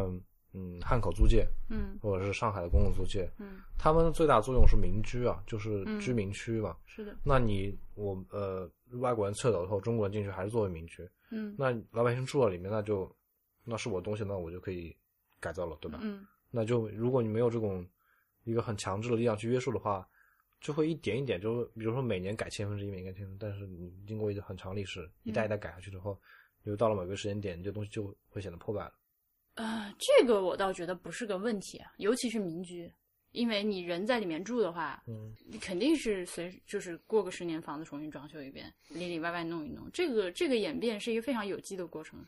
Speaker 4: 嗯，汉口租界
Speaker 3: 嗯
Speaker 4: 或者是上海的公共租界，
Speaker 3: 嗯，
Speaker 4: 他们的最大作用是民居啊，就是
Speaker 3: 嗯
Speaker 4: 居民区嘛。
Speaker 3: 是的，
Speaker 4: 那你我呃，外国人撤走之后，中国人进去还是作为民区，
Speaker 3: 嗯
Speaker 4: 那老百姓住到里面，那就那是我东西，那我就可以改造了，对吧？
Speaker 3: 嗯。
Speaker 4: 那就如果你没有这种一个很强制的力量去约束的话，就会一点一点，就是比如说每年改千分之一，每年改千分之一，但是你经过一个很长历史，一代一代改下去之后，比如到了某个时间点，这东西就会显得破败了。
Speaker 3: 啊，这个我倒觉得不是个问题啊，尤其是民居，因为你人在里面住的话，
Speaker 4: 嗯，
Speaker 3: 你肯定是随就是过个十年房子重新装修一遍，里里外外弄一弄。这个这个演变是一个非常有机的过程。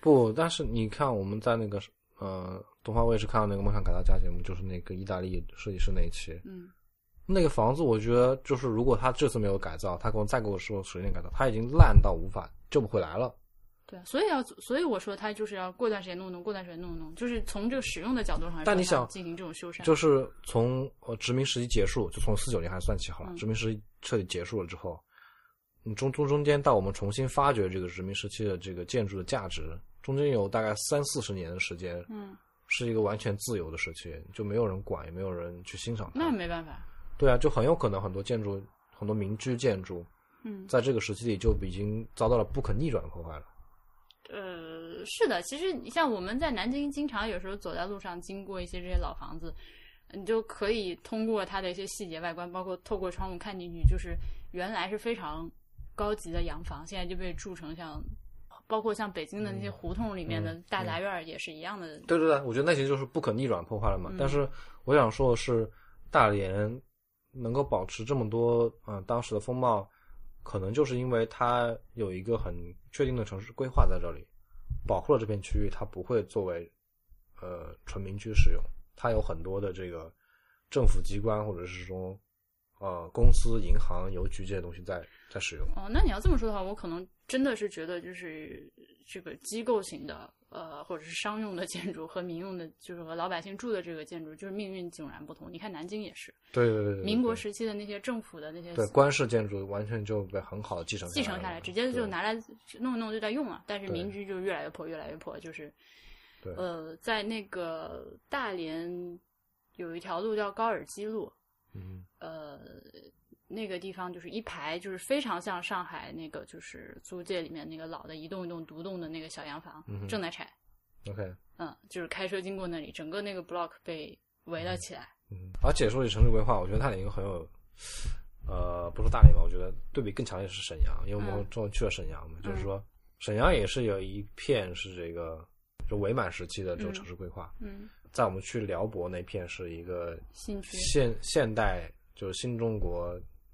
Speaker 4: 不，但是你看我们在那个呃东方卫视看到那个《梦想改造家》节目，就是那个意大利设计师那一期，
Speaker 3: 嗯
Speaker 4: 那个房子，我觉得就是如果他这次没有改造，他给我再给我说十年改造，他已经烂到无法救不回来了。
Speaker 3: 对啊，所以要所以我说它就是要过段时间弄弄，过段时间弄弄，就是从这个使用的角度上来说，
Speaker 4: 但你
Speaker 3: 它要
Speaker 4: 想
Speaker 3: 进行这种修缮，
Speaker 4: 就是从呃殖民时期结束，就从四九年还是算起好了，
Speaker 3: 嗯
Speaker 4: 殖民时期彻底结束了之后，你中中中间到我们重新发掘这个殖民时期的这个建筑的价值，中间有大概三四十年的时间，
Speaker 3: 嗯，
Speaker 4: 是一个完全自由的时期，就没有人管，也没有人去欣赏它。
Speaker 3: 那没办法。
Speaker 4: 对啊，就很有可能很多建筑，很多民居建筑，
Speaker 3: 嗯，
Speaker 4: 在这个时期里就已经遭到了不可逆转的破坏了。
Speaker 3: 呃，是的，其实你像我们在南京，经常有时候走在路上经过一些这些老房子，你就可以通过它的一些细节外观，包括透过窗户看进去，就是原来是非常高级的洋房，现在就被筑成像，包括像北京的那些胡同里面的大杂院儿也是一样的。
Speaker 4: 对对对，我觉得那些就是不可逆转破坏了嘛。但是我想说的是，大连能够保持这么多嗯、呃当时的风貌，可能就是因为它有一个很确定的城市规划在这里，保护了这片区域，它不会作为呃纯民区使用，它有很多的这个政府机关或者是说呃公司、银行、邮局这些东西在在使用。
Speaker 3: 哦，那你要这么说的话，我可能真的是觉得就是这个机构型的，呃，或者是商用的建筑和民用的，就是和老百姓住的这个建筑，就是命运迥然不同。你看南京也是。
Speaker 4: 对对对对，
Speaker 3: 民国
Speaker 4: 对
Speaker 3: 时期的那些政府的那些
Speaker 4: 对官式建筑完全就被很好的继承
Speaker 3: 继承
Speaker 4: 下
Speaker 3: 下
Speaker 4: 来
Speaker 3: 来，
Speaker 4: 了，
Speaker 3: 直接就
Speaker 4: 对
Speaker 3: 拿来弄一弄就在用了。但是
Speaker 4: 对
Speaker 3: 民居就越来越破，越来越破。就是
Speaker 4: 对
Speaker 3: 呃，在那个大连有一条路叫高尔基路，
Speaker 4: 嗯。
Speaker 3: 呃，那个地方就是一排，就是非常像上海那个就是租界里面那个老的一栋一栋独栋的那个小洋房，
Speaker 4: 嗯哼
Speaker 3: 正在拆。
Speaker 4: OK，
Speaker 3: 嗯，就是开车经过那里，整个那个 block 被围了起来。
Speaker 4: 嗯，而且说起城市规划，我觉得大连一个很有，呃，不说大连吧，我觉得对比更强烈是沈阳，因为我们
Speaker 3: 嗯
Speaker 4: 之后去了沈阳嘛，就是说沈阳也是有一片是这个就伪满时期的这种
Speaker 3: 嗯
Speaker 4: 城市规划，
Speaker 3: 嗯，
Speaker 4: 在我们去辽博那片是一个
Speaker 3: 新区
Speaker 4: 现现代就是新中国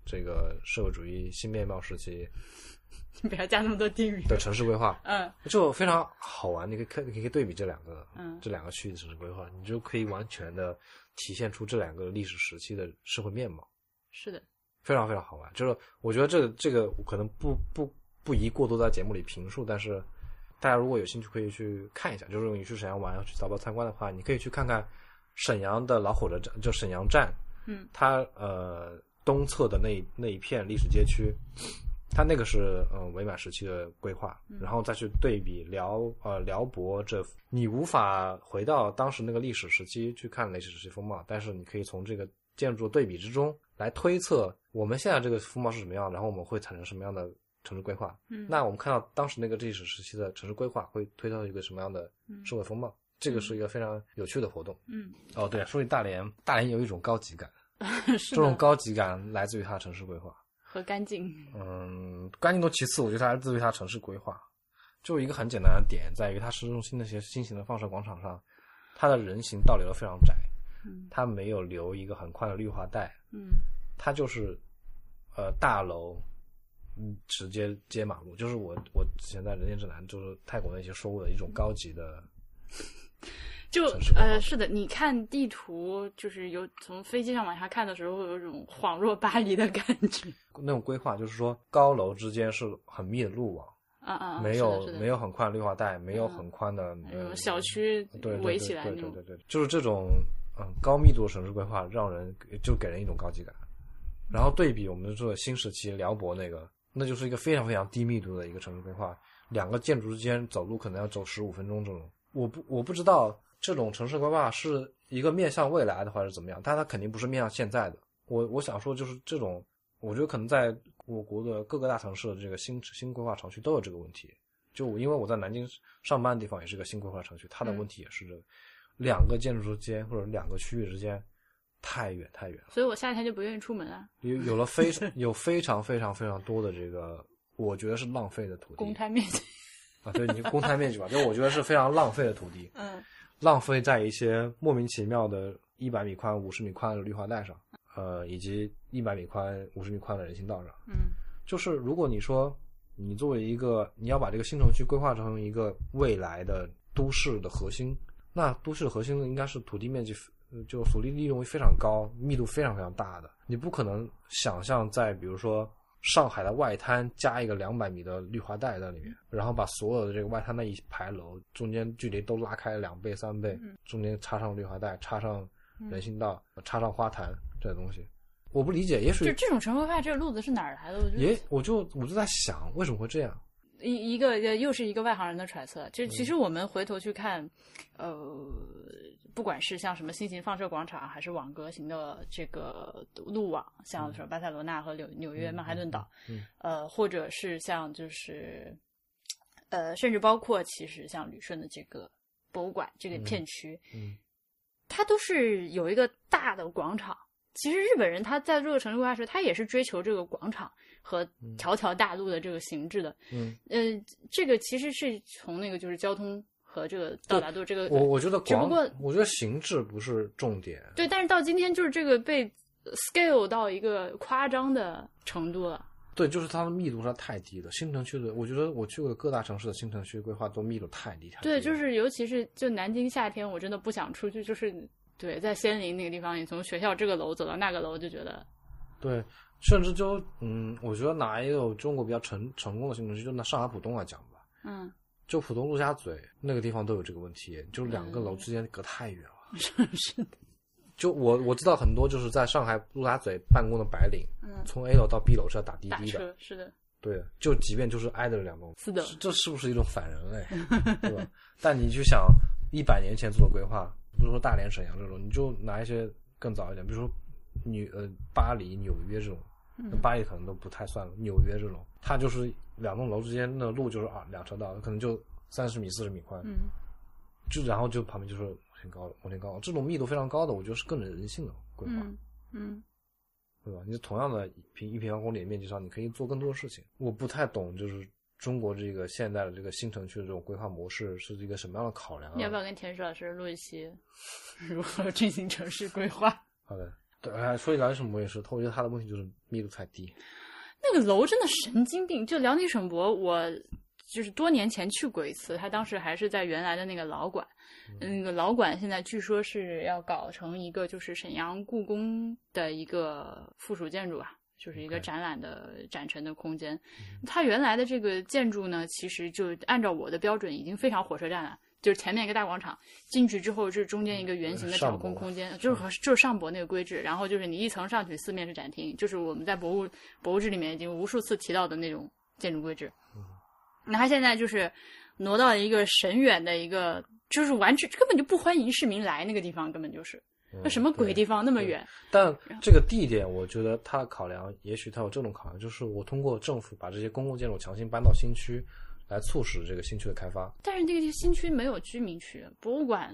Speaker 4: 这个社会主义新面貌时期
Speaker 3: 你 不要加那么多定语。
Speaker 4: 的城市规划，
Speaker 3: 嗯
Speaker 4: 就非常好玩，你可以看，你可以对比这两个，
Speaker 3: 嗯
Speaker 4: 这两个区域的城市规划，你就可以完全的体现出这两个历史时期的社会面貌，
Speaker 3: 是的。
Speaker 4: 非常非常好玩。就是我觉得这个这个可能不不不宜过多在节目里评述，但是大家如果有兴趣可以去看一下。就是你去沈阳玩去早报参观的话，你可以去看看沈阳的老火车站，就沈阳站，
Speaker 3: 嗯，
Speaker 4: 它呃东侧的那一那一片历史街区，它那个是呃伪满时期的规划，然后再去对比辽呃辽博这，你无法回到当时那个历史时期去看历史时期风貌，但是你可以从这个建筑对比之中来推测我们现在这个风貌是什么样，然后我们会产生什么样的城市规划。
Speaker 3: 嗯，
Speaker 4: 那我们看到当时那个历史时期的城市规划会推到一个什么样的社会风貌，这个是一个非常有趣的活动。
Speaker 3: 嗯，
Speaker 4: 哦，对，说起大连，大连有一种高级感，
Speaker 3: 是
Speaker 4: 这种
Speaker 3: 的，
Speaker 4: 高级感来自于它的城市规划。
Speaker 3: 和干净，
Speaker 4: 嗯，干净都其次，我觉得它来自于它城市规划。就一个很简单的点，在于它市中心那些新型的放射广场上，它的人行道留的非常窄，
Speaker 3: 嗯
Speaker 4: 它没有留一个很宽的绿化带，
Speaker 3: 嗯
Speaker 4: 它就是呃大楼，嗯，直接接马路，就是我我之前在《人间指南》就是泰国那些说过的一种高级的，
Speaker 3: 就
Speaker 4: 城市规划
Speaker 3: 呃，是的，你看地图，就是有从飞机上往下看的时候，会有一种恍若巴黎的感觉。
Speaker 4: 那种规划，就是说高楼之间是很密的路网，
Speaker 3: 啊啊，啊
Speaker 4: 没
Speaker 3: 是的
Speaker 4: 有
Speaker 3: 是的
Speaker 4: 没有很宽的绿化带，没有
Speaker 3: 嗯
Speaker 4: 很宽的、
Speaker 3: 那
Speaker 4: 呃
Speaker 3: 种小区
Speaker 4: 对对
Speaker 3: 围
Speaker 4: 对
Speaker 3: 起来
Speaker 4: 对
Speaker 3: 那
Speaker 4: 对
Speaker 3: 种
Speaker 4: 对，对就是这种嗯高密度的城市规划，让人就给人一种高级感。然后对比我们说的新时期辽博那个，那就是一个非常非常低密度的一个城市规划，两个建筑之间走路可能要走十五分钟这种。我不我不知道这种城市规划是一个面向未来的话是怎么样，但它肯定不是面向现在的。我我想说就是这种，我觉得可能在我国的各个大城市的这个新新规划城区都有这个问题。就我因为我在南京上班的地方也是个新规划城区，它的
Speaker 3: 嗯
Speaker 4: 问题也是这个，两个建筑之间或者两个区域之间太远太远了，
Speaker 3: 所以我夏天就不愿意出门啊，
Speaker 4: 有有了非 有非常非常非常多的这个，我觉得是浪费的土
Speaker 3: 公
Speaker 4: 地
Speaker 3: 摊面积。
Speaker 4: 啊，对，你公摊面积吧，就我觉得是非常浪费的土地，
Speaker 3: 嗯
Speaker 4: 浪费在一些莫名其妙的一百米宽、五十米宽的绿化带上，呃，以及一百米宽、五十米宽的人行道上。
Speaker 3: 嗯
Speaker 4: 就是如果你说你作为一个你要把这个新城区规划成一个未来的都市的核心，那都市的核心应该是土地面积呃就土地利用率非常高、密度非常非常大的。你不可能想象在比如说上海的外滩加一个两百米的绿化带在里面，然后把所有的这个外滩的一排楼中间距离都拉开两倍三倍，中间插上绿化带、插上人行道、插上花坛这些东西。我不理解，也许
Speaker 3: 就这种城市规划，这个路子是哪儿来的？我觉得
Speaker 4: 也，我就我就在想，为什么会这样？
Speaker 3: 一一个呃又是一个外行人的揣测。就
Speaker 4: 嗯
Speaker 3: 其实我们回头去看，呃，不管是像什么新型放射广场，还是网格型的这个路网，像什么巴塞罗那和纽纽约、
Speaker 4: 嗯
Speaker 3: 曼哈顿岛，
Speaker 4: 嗯
Speaker 3: 呃，或者是像就是，呃，甚至包括其实像旅顺的这个博物馆这个片区，
Speaker 4: 嗯
Speaker 3: 它都是有一个大的广场。其实日本人他在做城市规划的时候，他也是追求这个广场和条条大路的这个形制的。
Speaker 4: 嗯，
Speaker 3: 呃，这个其实是从那个就是交通和这个到达度这个
Speaker 4: 我我觉得
Speaker 3: 呃只不
Speaker 4: 广
Speaker 3: 过，
Speaker 4: 我觉得形制不是重点。
Speaker 3: 对，但是到今天就是这个被 scale 到一个夸张的程度了。
Speaker 4: 对，就是它的密度实在太低了。新城区的，我觉得我去过的各大城市的新城区规划都密度太低太低了。
Speaker 3: 对，就是尤其是就南京夏天，我真的不想出去，就是对，在仙林那个地方，你从学校这个楼走到那个楼，就觉得
Speaker 4: 对，甚至就嗯，我觉得哪也有中国比较成成功的新城区，就拿上海浦东来讲吧，
Speaker 3: 嗯，
Speaker 4: 就浦东陆家嘴那个地方都有这个问题，就两个
Speaker 3: 嗯
Speaker 4: 楼之间隔太远了。
Speaker 3: 是的，
Speaker 4: 就我我知道很多就是在上海陆家嘴办公的白领，
Speaker 3: 嗯，
Speaker 4: 从 A 楼到 B 楼是要打滴
Speaker 3: 打
Speaker 4: 滴的。
Speaker 3: 车是的，
Speaker 4: 对，就即便就是挨着两栋，
Speaker 3: 是的
Speaker 4: 这是不是一种反人 类，对吧？但你去想一百年前做的规划，比如说大连、沈阳这种，你就拿一些更早一点，比如说纽呃巴黎、纽约这种，
Speaker 3: 嗯
Speaker 4: 那巴黎可能都不太算了，纽约这种，它就是两栋楼之间的路就是啊两车道，可能就三十米、四十米宽，
Speaker 3: 嗯，
Speaker 4: 就然后就旁边就是摩天高楼、摩天高楼，这种密度非常高的，我觉得是更人性的规划。
Speaker 3: 嗯嗯，
Speaker 4: 对吧？你同样的平一平方公里的面积上，你可以做更多的事情。我不太懂，就是中国这个现在的这个新城区的这种规划模式是一个什么样的考量、啊？
Speaker 3: 你要不要跟田石老师录一期 如何进行城市规划？
Speaker 4: 好的，对，哎说起来为什么我也是，我觉得它的问题就是密度太低。
Speaker 3: 那个楼真的神经病，就辽宁省博我。就是多年前去过一次，他当时还是在原来的那个老馆，嗯那个老馆现在据说是要搞成一个就是沈阳故宫的一个附属建筑吧，就是一个展览的展陈的空间。它原来的这个建筑呢，其实就按照我的标准已经非常火车站了。就是前面一个大广场，进去之后是中间一个圆形
Speaker 4: 嗯
Speaker 3: 的
Speaker 5: 上
Speaker 3: 挑空
Speaker 5: 博
Speaker 3: 空间，就是和就是上博那个规制，然后就是你一层上去，四面是展厅，就是我们在博物博物志里面已经无数次提到的那种建筑规制。
Speaker 4: 嗯
Speaker 3: 那它现在就是挪到一个神远的一个，就是完全根本就不欢迎市民来那个地方，根本就是那什么鬼地方那么
Speaker 4: 嗯对
Speaker 3: 远？
Speaker 4: 但这个地点，我觉得它考量，也许它有这种考量，就是我通过政府把这些公共建筑强行搬到新区，来促使这个新区的开发。
Speaker 3: 但是这个新区没有居民区，博物馆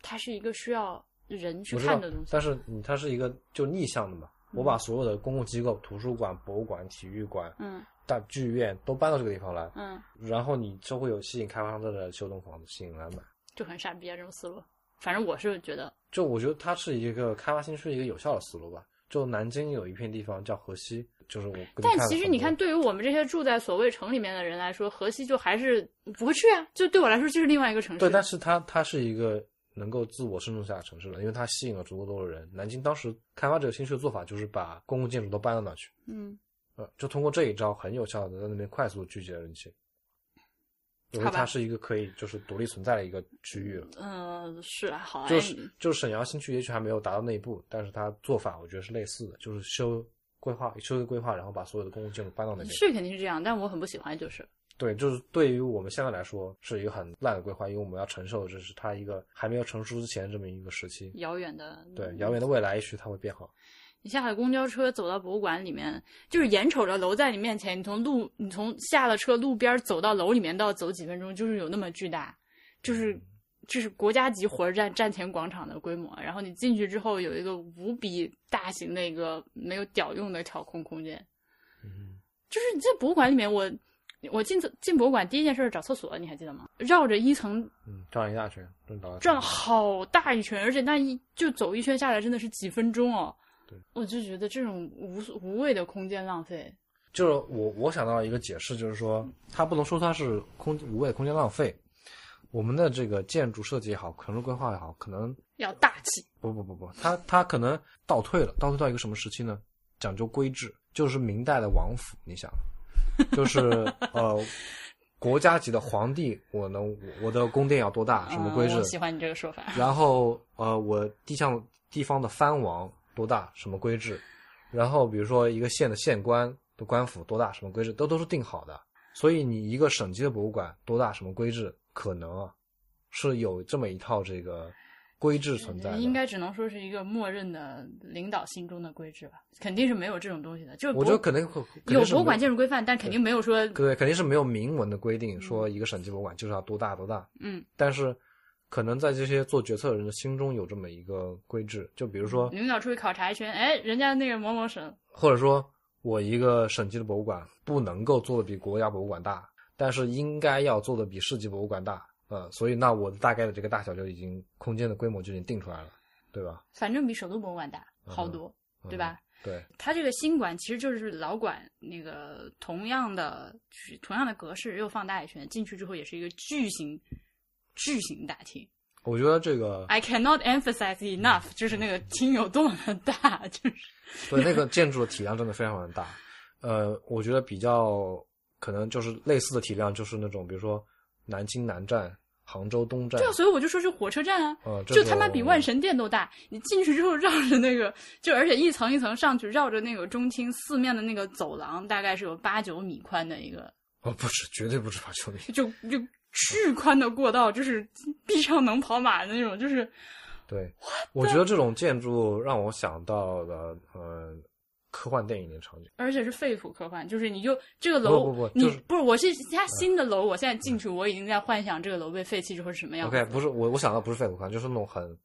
Speaker 3: 它是一个需要人去
Speaker 4: 我知道
Speaker 3: 看的东西。
Speaker 4: 但是你它是一个就逆向的嘛，我把所有的公共机构、图书馆、博物馆、体育馆、
Speaker 3: 嗯
Speaker 4: 大剧院都搬到这个地方来，
Speaker 3: 嗯，
Speaker 4: 然后你就会有吸引开发商的修栋房子吸引来买。
Speaker 3: 就很傻逼啊，这种思路。反正我是觉得，
Speaker 4: 就我觉得它是一个开发新区的一个有效的思路吧。就南京有一片地方叫河西，就是我跟
Speaker 3: 但
Speaker 4: 看了
Speaker 3: 其实
Speaker 4: 很
Speaker 3: 你
Speaker 4: 多
Speaker 3: 看，对于我们这些住在所谓城里面的人来说，河西就还是不去啊。就对我来说，就是另外一个城市。
Speaker 4: 对，但是它它是一个能够自我生存下的城市了，因为它吸引了足够多的人。南京当时开发这个新区的做法就是把公共建筑都搬到那去，
Speaker 3: 嗯，
Speaker 4: 呃，就通过这一招很有效的在那边快速聚集了人气。因为
Speaker 3: 好吧
Speaker 4: 它是一个可以就是独立存在的一个区域了，
Speaker 3: 呃，是啊，好啊，
Speaker 4: 就是就是沈阳新区也许还没有达到那一步，但是它做法我觉得是类似的，就是修规划修一个规划，然后把所有的公共建筑搬到那边。
Speaker 3: 是肯定是这样，但我很不喜欢，就是
Speaker 4: 对，就是对于我们现在来说是一个很烂的规划，因为我们要承受这是它一个还没有成熟之前这么一个时期。
Speaker 3: 遥远的
Speaker 4: 对，遥远的未来也许它会变好。
Speaker 3: 你下了公交车，走到博物馆里面，就是眼瞅着楼在你面前，你从路，你从下了车路边走到楼里面，到走几分钟，就是有那么巨大，就是就是国家级火车站站前广场的规模。然后你进去之后，有一个无比大型的一个没有屌用的挑空空间，
Speaker 4: 嗯
Speaker 3: 就是你在博物馆里面，我我进进博物馆第一件事是找厕所，你还记得吗？绕着一层
Speaker 4: 嗯，转一大圈，转到
Speaker 3: 转好大一圈，而且那一就走一圈下来真的是几分钟哦。
Speaker 4: 对，
Speaker 3: 我就觉得这种无无谓的空间浪费，
Speaker 4: 就是我我想到一个解释，就是说它不能说它是空无谓空间浪费。我们的这个建筑设计也好，城市规划也好，可能
Speaker 3: 要大气。
Speaker 4: 不不不不，它它可能倒退了，倒退到一个什么时期呢？讲究规制，就是明代的王府，你想，就是呃。国家级的皇帝，我能我我的宫殿要多大？啊什么规制？
Speaker 3: 嗯我喜欢你这个说法。
Speaker 4: 然后呃，我地项地方的藩王多大，什么规制？然后比如说一个县的县官的官府多大，什么规制，都都是定好的。所以你一个省级的博物馆多大，什么规制，可能啊是有这么一套这个规制 存在的。
Speaker 3: 应该只能说是一个默认的领导心中的规制吧，肯定是没有这种东西的。 就是
Speaker 4: 我觉得
Speaker 3: 博
Speaker 4: 肯定会肯定
Speaker 3: 有
Speaker 4: 是
Speaker 3: 博物
Speaker 4: 没
Speaker 3: 馆建筑规范，但肯定没有说
Speaker 4: 对，肯定是没有明文的规定说一个省级博物馆就是要多大多大。
Speaker 3: 嗯，
Speaker 4: 但是可能在这些做决策的人的心中有这么一个规制，就比如说
Speaker 3: 领导出去考察一圈，哎，人家那个某某省，
Speaker 4: 或者说我一个省级的博物馆不能够做的比国家博物馆大，但是应该要做的比市级博物馆大，呃，所以那我的大概的这个大小就已经空间的规模就已经定出来了，对吧？
Speaker 3: 反正比首都博物馆大好多，
Speaker 4: 嗯
Speaker 3: 对吧？
Speaker 4: 对，
Speaker 3: 它这个新馆其实就是老馆那个同样的就是同样的格式又放大一圈，进去之后也是一个巨型巨型大厅。
Speaker 4: 我觉得这个
Speaker 3: I cannot emphasize enough，就是那个厅有多么的大，就是
Speaker 4: 对那个建筑的体量真的非常的大，呃，我觉得比较可能就是类似的体量，就是那种比如说南京南站、杭州东站
Speaker 3: 对，啊，所以我就说是火车站啊。
Speaker 4: 呃，这
Speaker 3: 就他妈比
Speaker 4: 种
Speaker 3: 万神殿都大！你进去之后绕着那个，就而且一层一层上去，绕着那个中厅四面的那个走廊，大概是有八九米宽的一个
Speaker 4: 哦不止，绝对不止八九米，
Speaker 3: 就就巨宽的过道，就是地上能跑马的那种，就是
Speaker 4: 对，我觉得这种建筑让我想到了呃科幻电影的场景。
Speaker 3: 而且是废土科幻，就是你就这个楼，
Speaker 4: 不不不
Speaker 3: 你
Speaker 4: 就是嗯
Speaker 3: 不是我是它新的楼，我现在进去，我已经在幻想这个楼被废弃之后是什么样子。
Speaker 4: OK，不是我我想到不是废土坑，就是那种很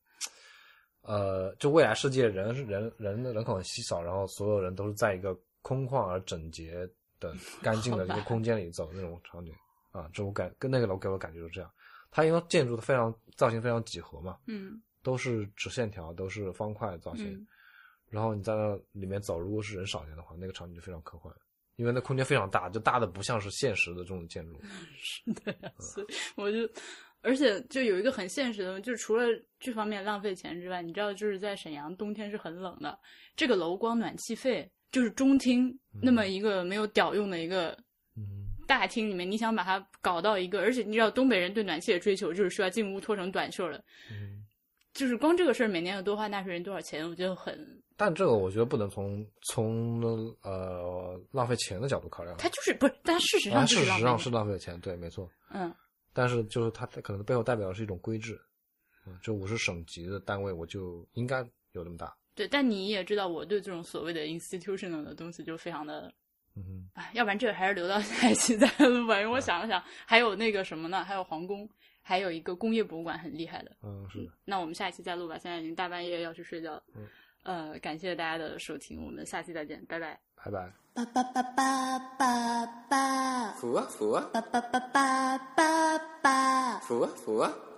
Speaker 4: 呃，就未来世界人是人人人口很稀少，然后所有人都是在一个空旷而整洁 的、干净的一
Speaker 3: 好
Speaker 4: 个
Speaker 3: 吧
Speaker 4: 空间里走那种场景啊，这我感跟那个楼给我感觉就是这样。它因为建筑的非常造型非常几何嘛，
Speaker 3: 嗯
Speaker 4: 都是直线条，都是方块造型。
Speaker 3: 嗯
Speaker 4: 然后你在那里面走，如果是人少一点的话，那个场景就非常科幻，因为那
Speaker 3: 嗯
Speaker 4: 空间非常大，就大的不像是现实的这种建筑。
Speaker 3: 对啊，所以我就而且就有一个很现实的，就是除了这方面浪费钱之外，你知道，就是在沈阳冬天是很冷的，这个楼光暖气费就是中厅那么一个没有屌用的一个
Speaker 4: 嗯，
Speaker 3: 大厅里面，你想把它搞到一个，而且你知道东北人对暖气的追求就是需要进屋脱成短袖了，
Speaker 4: 嗯
Speaker 3: 就是光这个事儿每年要多花纳税人多少钱，我觉得很，
Speaker 4: 但这个我觉得不能从从呃浪费钱的角度考量，
Speaker 3: 它就是不是，但事实
Speaker 4: 啊，
Speaker 3: 上就是
Speaker 4: 事实
Speaker 3: 浪费
Speaker 4: 上
Speaker 3: 钱
Speaker 4: 是浪费钱，对，没错。
Speaker 3: 嗯，
Speaker 4: 但是就是它可能背后代表的是一种规制，嗯，这我是省级的单位，我就应该有这么大，
Speaker 3: 对，但你也知道我对这种所谓的 institutional 的东西就非常的
Speaker 4: 嗯哼，
Speaker 3: 哎，要不然这个还是留到下一期再录吧。因为我想了想，还有那个什么呢？还有皇宫，还有一个工业博物馆很厉害的。
Speaker 4: 嗯，是的，
Speaker 3: 那我们下一期再录吧，现在已经大半夜要去睡觉了。
Speaker 4: 嗯
Speaker 3: 呃，感谢大家的收听，我们下期再见，拜拜。
Speaker 4: 拜拜。
Speaker 1: pa pa pa pa pa pa
Speaker 6: 福啊福啊
Speaker 1: pa pa pa pa pa pa
Speaker 6: 福啊福啊。